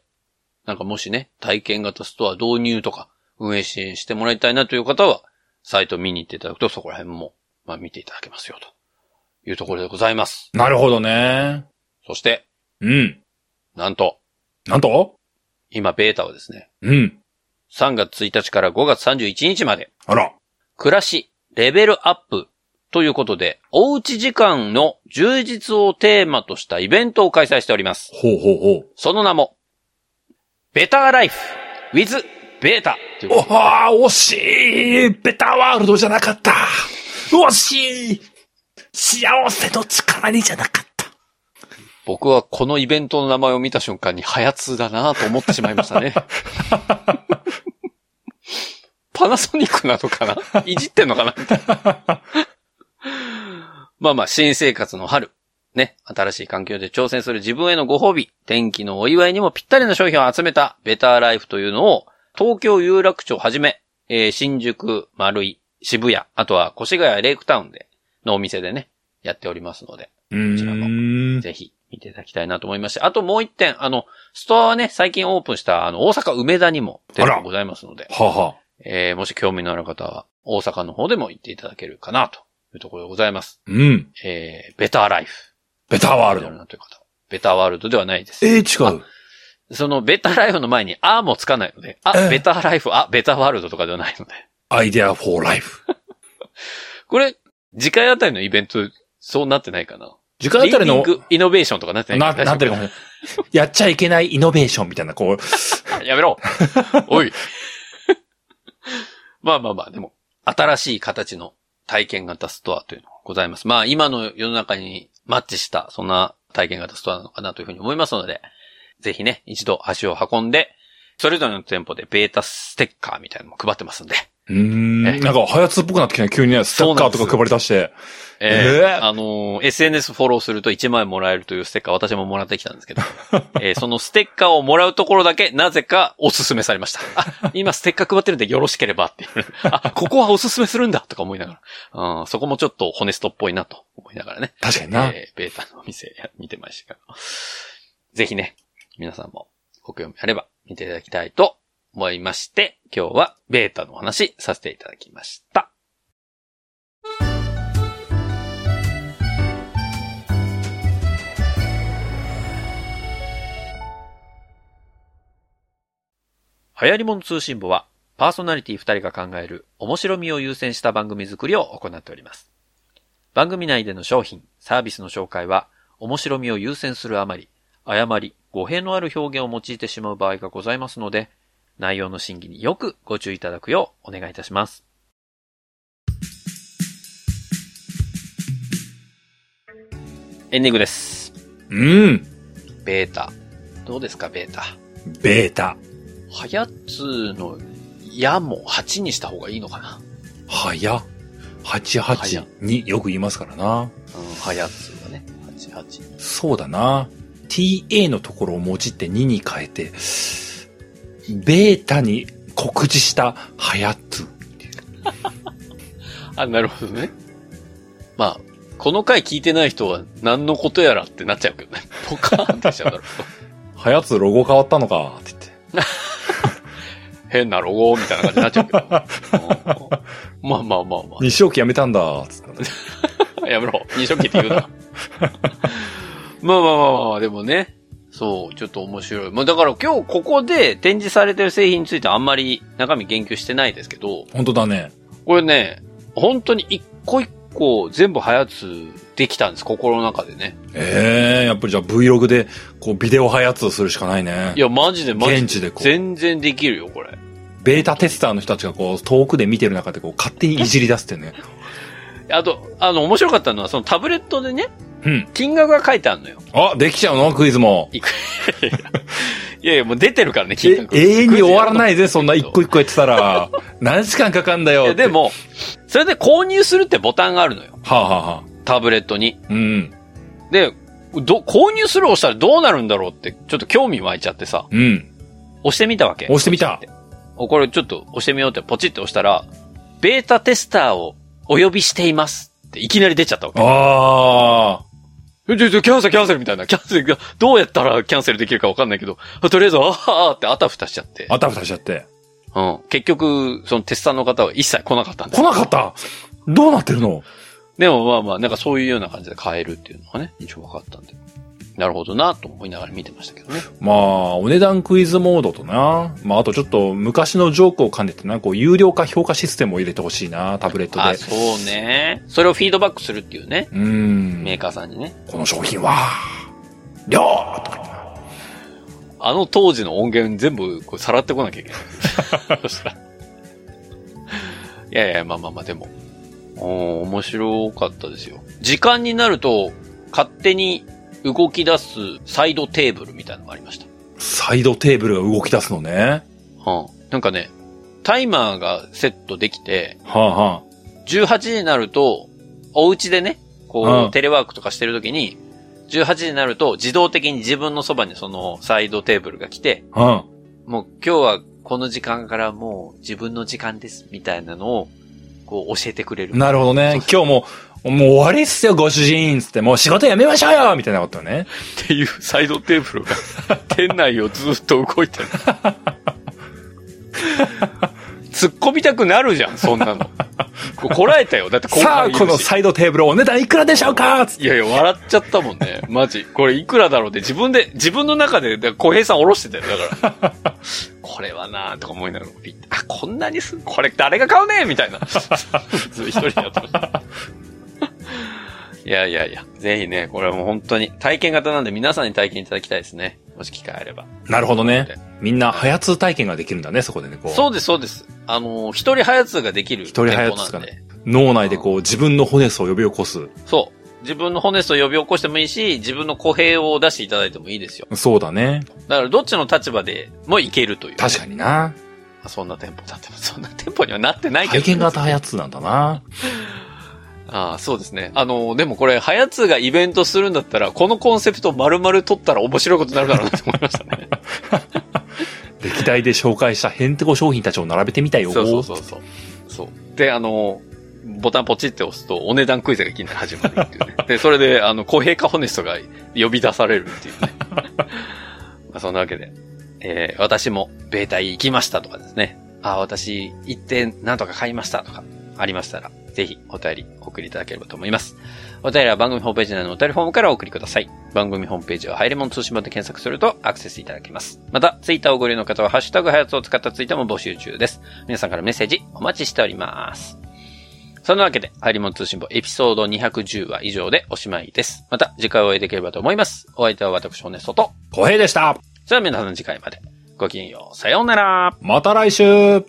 Speaker 1: なんかもしね、体験型ストア導入とか、運営支援してもらいたいなという方は、サイト見に行っていただくとそこら辺も、まあ見ていただけますよ、というところでございます。
Speaker 2: なるほどね。
Speaker 1: そして、
Speaker 2: うん。
Speaker 1: なんと、
Speaker 2: なんと
Speaker 1: 今、ベータをですね、
Speaker 2: うん。
Speaker 1: 3月1日から5月31日まで、
Speaker 2: あら。
Speaker 1: 暮らし、レベルアップということで、おうち時間の充実をテーマとしたイベントを開催しております。
Speaker 2: ほうほう
Speaker 1: その名も、ベターライフ with ベータという
Speaker 2: ほう。お
Speaker 1: ことで
Speaker 2: はー、惜しいベターワールドじゃなかった惜しい幸せの力にじゃなかった
Speaker 1: 僕はこのイベントの名前を見た瞬間に、ハヤツーだなと思ってしまいましたね。 パナソニックなのかないじってんのかなみたいな まあまあ、新生活の春。ね、新しい環境で挑戦する自分へのご褒美、天気のお祝いにもぴったりな商品を集めたベターライフというのを、東京有楽町はじめ、えー新宿、丸井、渋谷、あとは越谷レイクタウンで、のお店でね、やっておりますので、
Speaker 2: う
Speaker 1: ちらも
Speaker 2: ーん。
Speaker 1: ぜひ見ていただきたいなと思いまして、あともう一点、あの、ストアはね、最近オープンした、あの、大阪梅田にも店舗ございますので、
Speaker 2: はは。
Speaker 1: えー、もし興味のある方は、大阪の方でも行っていただけるかな、というところでございます。
Speaker 2: うん。
Speaker 1: えー、ベターライフ。
Speaker 2: ベターワールド
Speaker 1: ベタ。なという方はベターワールドではないです。
Speaker 2: えー、違う。
Speaker 1: そのベターライフの前に、あーもつかないので、あ
Speaker 2: ええ、
Speaker 1: ベターライフ、あ、ベターワールドとかではないので。
Speaker 2: アイデアフォーライフ。
Speaker 1: これ、次回あたりのイベント、そうなってないかな。
Speaker 2: 時間あたり
Speaker 1: リ
Speaker 2: の
Speaker 1: ン、クイノベーションとかなってない
Speaker 2: な、なんていうかもう、やっちゃいけないイノベーションみたいな、こう、
Speaker 1: やめろおい まあまあまあ、でも、新しい形の体験型ストアというのがございます。まあ、今の世の中にマッチした、そんな体験型ストアなのかなというふうに思いますので、ぜひね、一度足を運んで、それぞれの店舗でベータステッカーみたいなのも配ってますんで、
Speaker 2: うーん。
Speaker 1: ええ
Speaker 2: なんか、はやつっぽくなってきたね急にね、ステッカーとか配り出して。
Speaker 1: え
Speaker 2: え
Speaker 1: え
Speaker 2: え
Speaker 1: あのー SNS フォローすると1枚もらえるというステッカー私ももらってきたんですけど、えーそのステッカーをもらうところだけなぜかおすすめされました。あ、今ステッカー配ってるんでよろしければっていう。あ、ここはおすすめするんだとか思いながら、うん、そこもちょっとホネストっぽいなと思いながらね、
Speaker 2: 確かにな。
Speaker 1: えーベータのお店見てましたけど、ぜひね、皆さんもご興味あれば見ていただきたいと思いまして、今日はベータのお話させていただきました。流行り物通信簿は、パーソナリティ2人が考える面白みを優先した番組作りを行っております。番組内での商品、サービスの紹介は、面白みを優先するあまり、誤り、語弊のある表現を用いてしまう場合がございますので、内容の審議によくご注意いただくようお願いいたします。エンディングです。
Speaker 2: うん。
Speaker 1: ベータ。どうですか、ベータ。
Speaker 2: ベータ。
Speaker 1: はやつのやも8にした方がいいのかな。
Speaker 2: はや。88によく言いますからな。
Speaker 1: うん、はやつはね、88。
Speaker 2: そうだな。ta のところをもじって2に変えて、ベータに告示したはやつ。
Speaker 1: あ、なるほどね。まあ、この回聞いてない人は何のことやらってなっちゃうけどね。ポカーンってしちゃうだろう。
Speaker 2: はやつロゴ変わったのかって言って。
Speaker 1: 変なロゴみたいな感じになっちゃうけど。うんまあまあまあま
Speaker 2: 西置きやめたんだ。つって。
Speaker 1: あ。やめろ。二色期って言うな。まあまあまあまあ、でもね。そう、ちょっと面白い。まあだから今日ここで展示されてる製品についてあんまり中身言及してないですけど、
Speaker 2: 本当だね。
Speaker 1: これね、本当に一個一個全部早つできたんです。心の中でね。
Speaker 2: ええやっぱりじゃあ Vlog で、こう、ビデオはやつをするしかないね。
Speaker 1: いや、マジでマジで。
Speaker 2: 現地でこう
Speaker 1: 全然できるよ、これ。
Speaker 2: ベータテスターの人たちがこう、遠くで見てる中でこう、勝手にいじり出すっていうね。
Speaker 1: あと、あの、面白かったのは、そのタブレットでね、
Speaker 2: うん。
Speaker 1: 金額が書いてあるのよ。
Speaker 2: あ、できちゃうのクイズも。
Speaker 1: いくいやいや、もう出てるからね、金
Speaker 2: え
Speaker 1: 額。
Speaker 2: 永遠に終わらないぜ、そんな一個一個やって たら。何時間かかんだ
Speaker 1: い
Speaker 2: よ
Speaker 1: や
Speaker 2: って。
Speaker 1: でも、それで購入するってボタンがあるのよ。
Speaker 2: はあ、はあはあ、
Speaker 1: タブレットに。
Speaker 2: うん。
Speaker 1: で、ど、購入するを押したらどうなるんだろうって、ちょっと興味湧いちゃってさ、
Speaker 2: うん。
Speaker 1: 押してみたわけ。
Speaker 2: 押してみた。
Speaker 1: おこれちょっと押してみようってポチって押したら、ベータテスターをお呼びしていますっていきなり出ちゃったわけ。
Speaker 2: ああ。
Speaker 1: えちょ、ちょ、キャンセル、キャンセルみたいな。キャンセルが、どうやったらキャンセルできるかわかんないけど、あとりあえず、あーあーってあたふたしちゃって。
Speaker 2: あたふたしちゃって。
Speaker 1: うん。結局、そのテスターの方は一切来なかったんです
Speaker 2: 来なかったどうなってるの
Speaker 1: でもまあまあ、なんかそういうような感じで買えるっていうのがね、一応分かったんで。なるほどなと思いながら見てましたけどね。
Speaker 2: まあ、お値段クイズモードとな。まあ、あとちょっと昔のジョークを兼ねてな、こう、有料化評価システムを入れてほしいな、タブレット
Speaker 1: あ、
Speaker 2: で。
Speaker 1: そうね。それをフィードバックするっていうね。
Speaker 2: うーん。
Speaker 1: メーカーさんにね。
Speaker 2: この商品は、りょーとか
Speaker 1: あの当時の音源全部こうさらってこなきゃいけない。そしたら。いやいや、まあまあまあ、でも。おー面白かったですよ。時間になると、勝手に動き出すサイドテーブルみたいなのがありました。
Speaker 2: サイドテーブルが動き出すのね。
Speaker 1: うん。なんかね、タイマーがセットできて、
Speaker 2: はあは
Speaker 1: 18時になると、お家でね、こう、
Speaker 2: うん
Speaker 1: テレワークとかしてるときに、18時になると自動的に自分のそばにそのサイドテーブルが来て、
Speaker 2: あ。
Speaker 1: もう今日はこの時間からもう自分の時間です、みたいなのを、こう教えてくれ
Speaker 2: う
Speaker 1: る。
Speaker 2: ん。なるほどね。今日もう、もう終わりっすよ、ご主人つって、もう仕事やめましょうよみたいなことね。
Speaker 1: っていうサイドテーブルが、 店内をずっと動いてる。 突っ込みたくなるじゃん、そんなの。ここらえたよ。だって後
Speaker 2: さ
Speaker 1: 輩
Speaker 2: あ、
Speaker 1: いるし
Speaker 2: このサイドテーブルお値段いくらでしょうかつって。
Speaker 1: いやいや、笑っちゃったもんね。マジ。これいくらだろうって自分で、自分の中で、だから小平さん下ろしてたよ。だから。 これはなぁとか思いながらピッて、あ、こんなにすんこれ誰が買うねみたいな。一人だった。 いやいやいや、ぜひね、これはもう本当に体験型なんで皆さんに体験いただきたいですね。もし機会あれば。
Speaker 2: なるほどね。みんな、早通体験ができるんだね、そこでね。こう
Speaker 1: そうです、そうです。あのー、一人早通ができる。
Speaker 2: 一人早
Speaker 1: 店
Speaker 2: 通
Speaker 1: 舗な
Speaker 2: が
Speaker 1: ん
Speaker 2: ね
Speaker 1: で。
Speaker 2: 脳内でこう、自分の骨素を呼び起こす。
Speaker 1: そう。自分のホネストを呼び起こしてもいいし、自分の公平を出していただいてもいいですよ。
Speaker 2: そうだね。
Speaker 1: だからどっちの立場でもいけるという、
Speaker 2: 確かにな。
Speaker 1: に。そんな店舗だって、 そんな店舗にはなってないけど。
Speaker 2: 体験型早通なんだな。
Speaker 1: ああ、そうですね。あの、でもこれ、ハヤツがイベントするんだったら、このコンセプト丸々取ったら面白いことになるだろうなと思いましたね。
Speaker 2: 歴代で紹介したヘンテコ商品たちを並べてみたよ。
Speaker 1: そうそうそうそう。そう。で、あの、ボタンポチって押すと、お値段クイズがいきなり始まるっていうね。で、それで、あの、公平かホネストが呼び出されるっていう ね。まあ、そんなわけで、えー私も、ベータ行きましたとかですね。あ、私、行って、なんとか買いましたとか、ありましたら、ぜひ、お便り、お送りいただければと思います。お便りは番組ホームページ内のお便りフォームからお送りください。番組ホームページはハイレモン通信版で検索するとアクセスいただけます。また、ツイッターをご利用の方は、ハッシュタグハヤツを使ったツイートも募集中です。皆さんからメッセージお待ちしております。そんなわけで、ハイリモン通信簿エピソード210は以上でおしまいです。また次回お会いできればと思います。お相手は私、オネストと。
Speaker 2: 小平でした。
Speaker 1: それでは皆さん次回まで。ごきげんよう。さようなら。
Speaker 2: また来週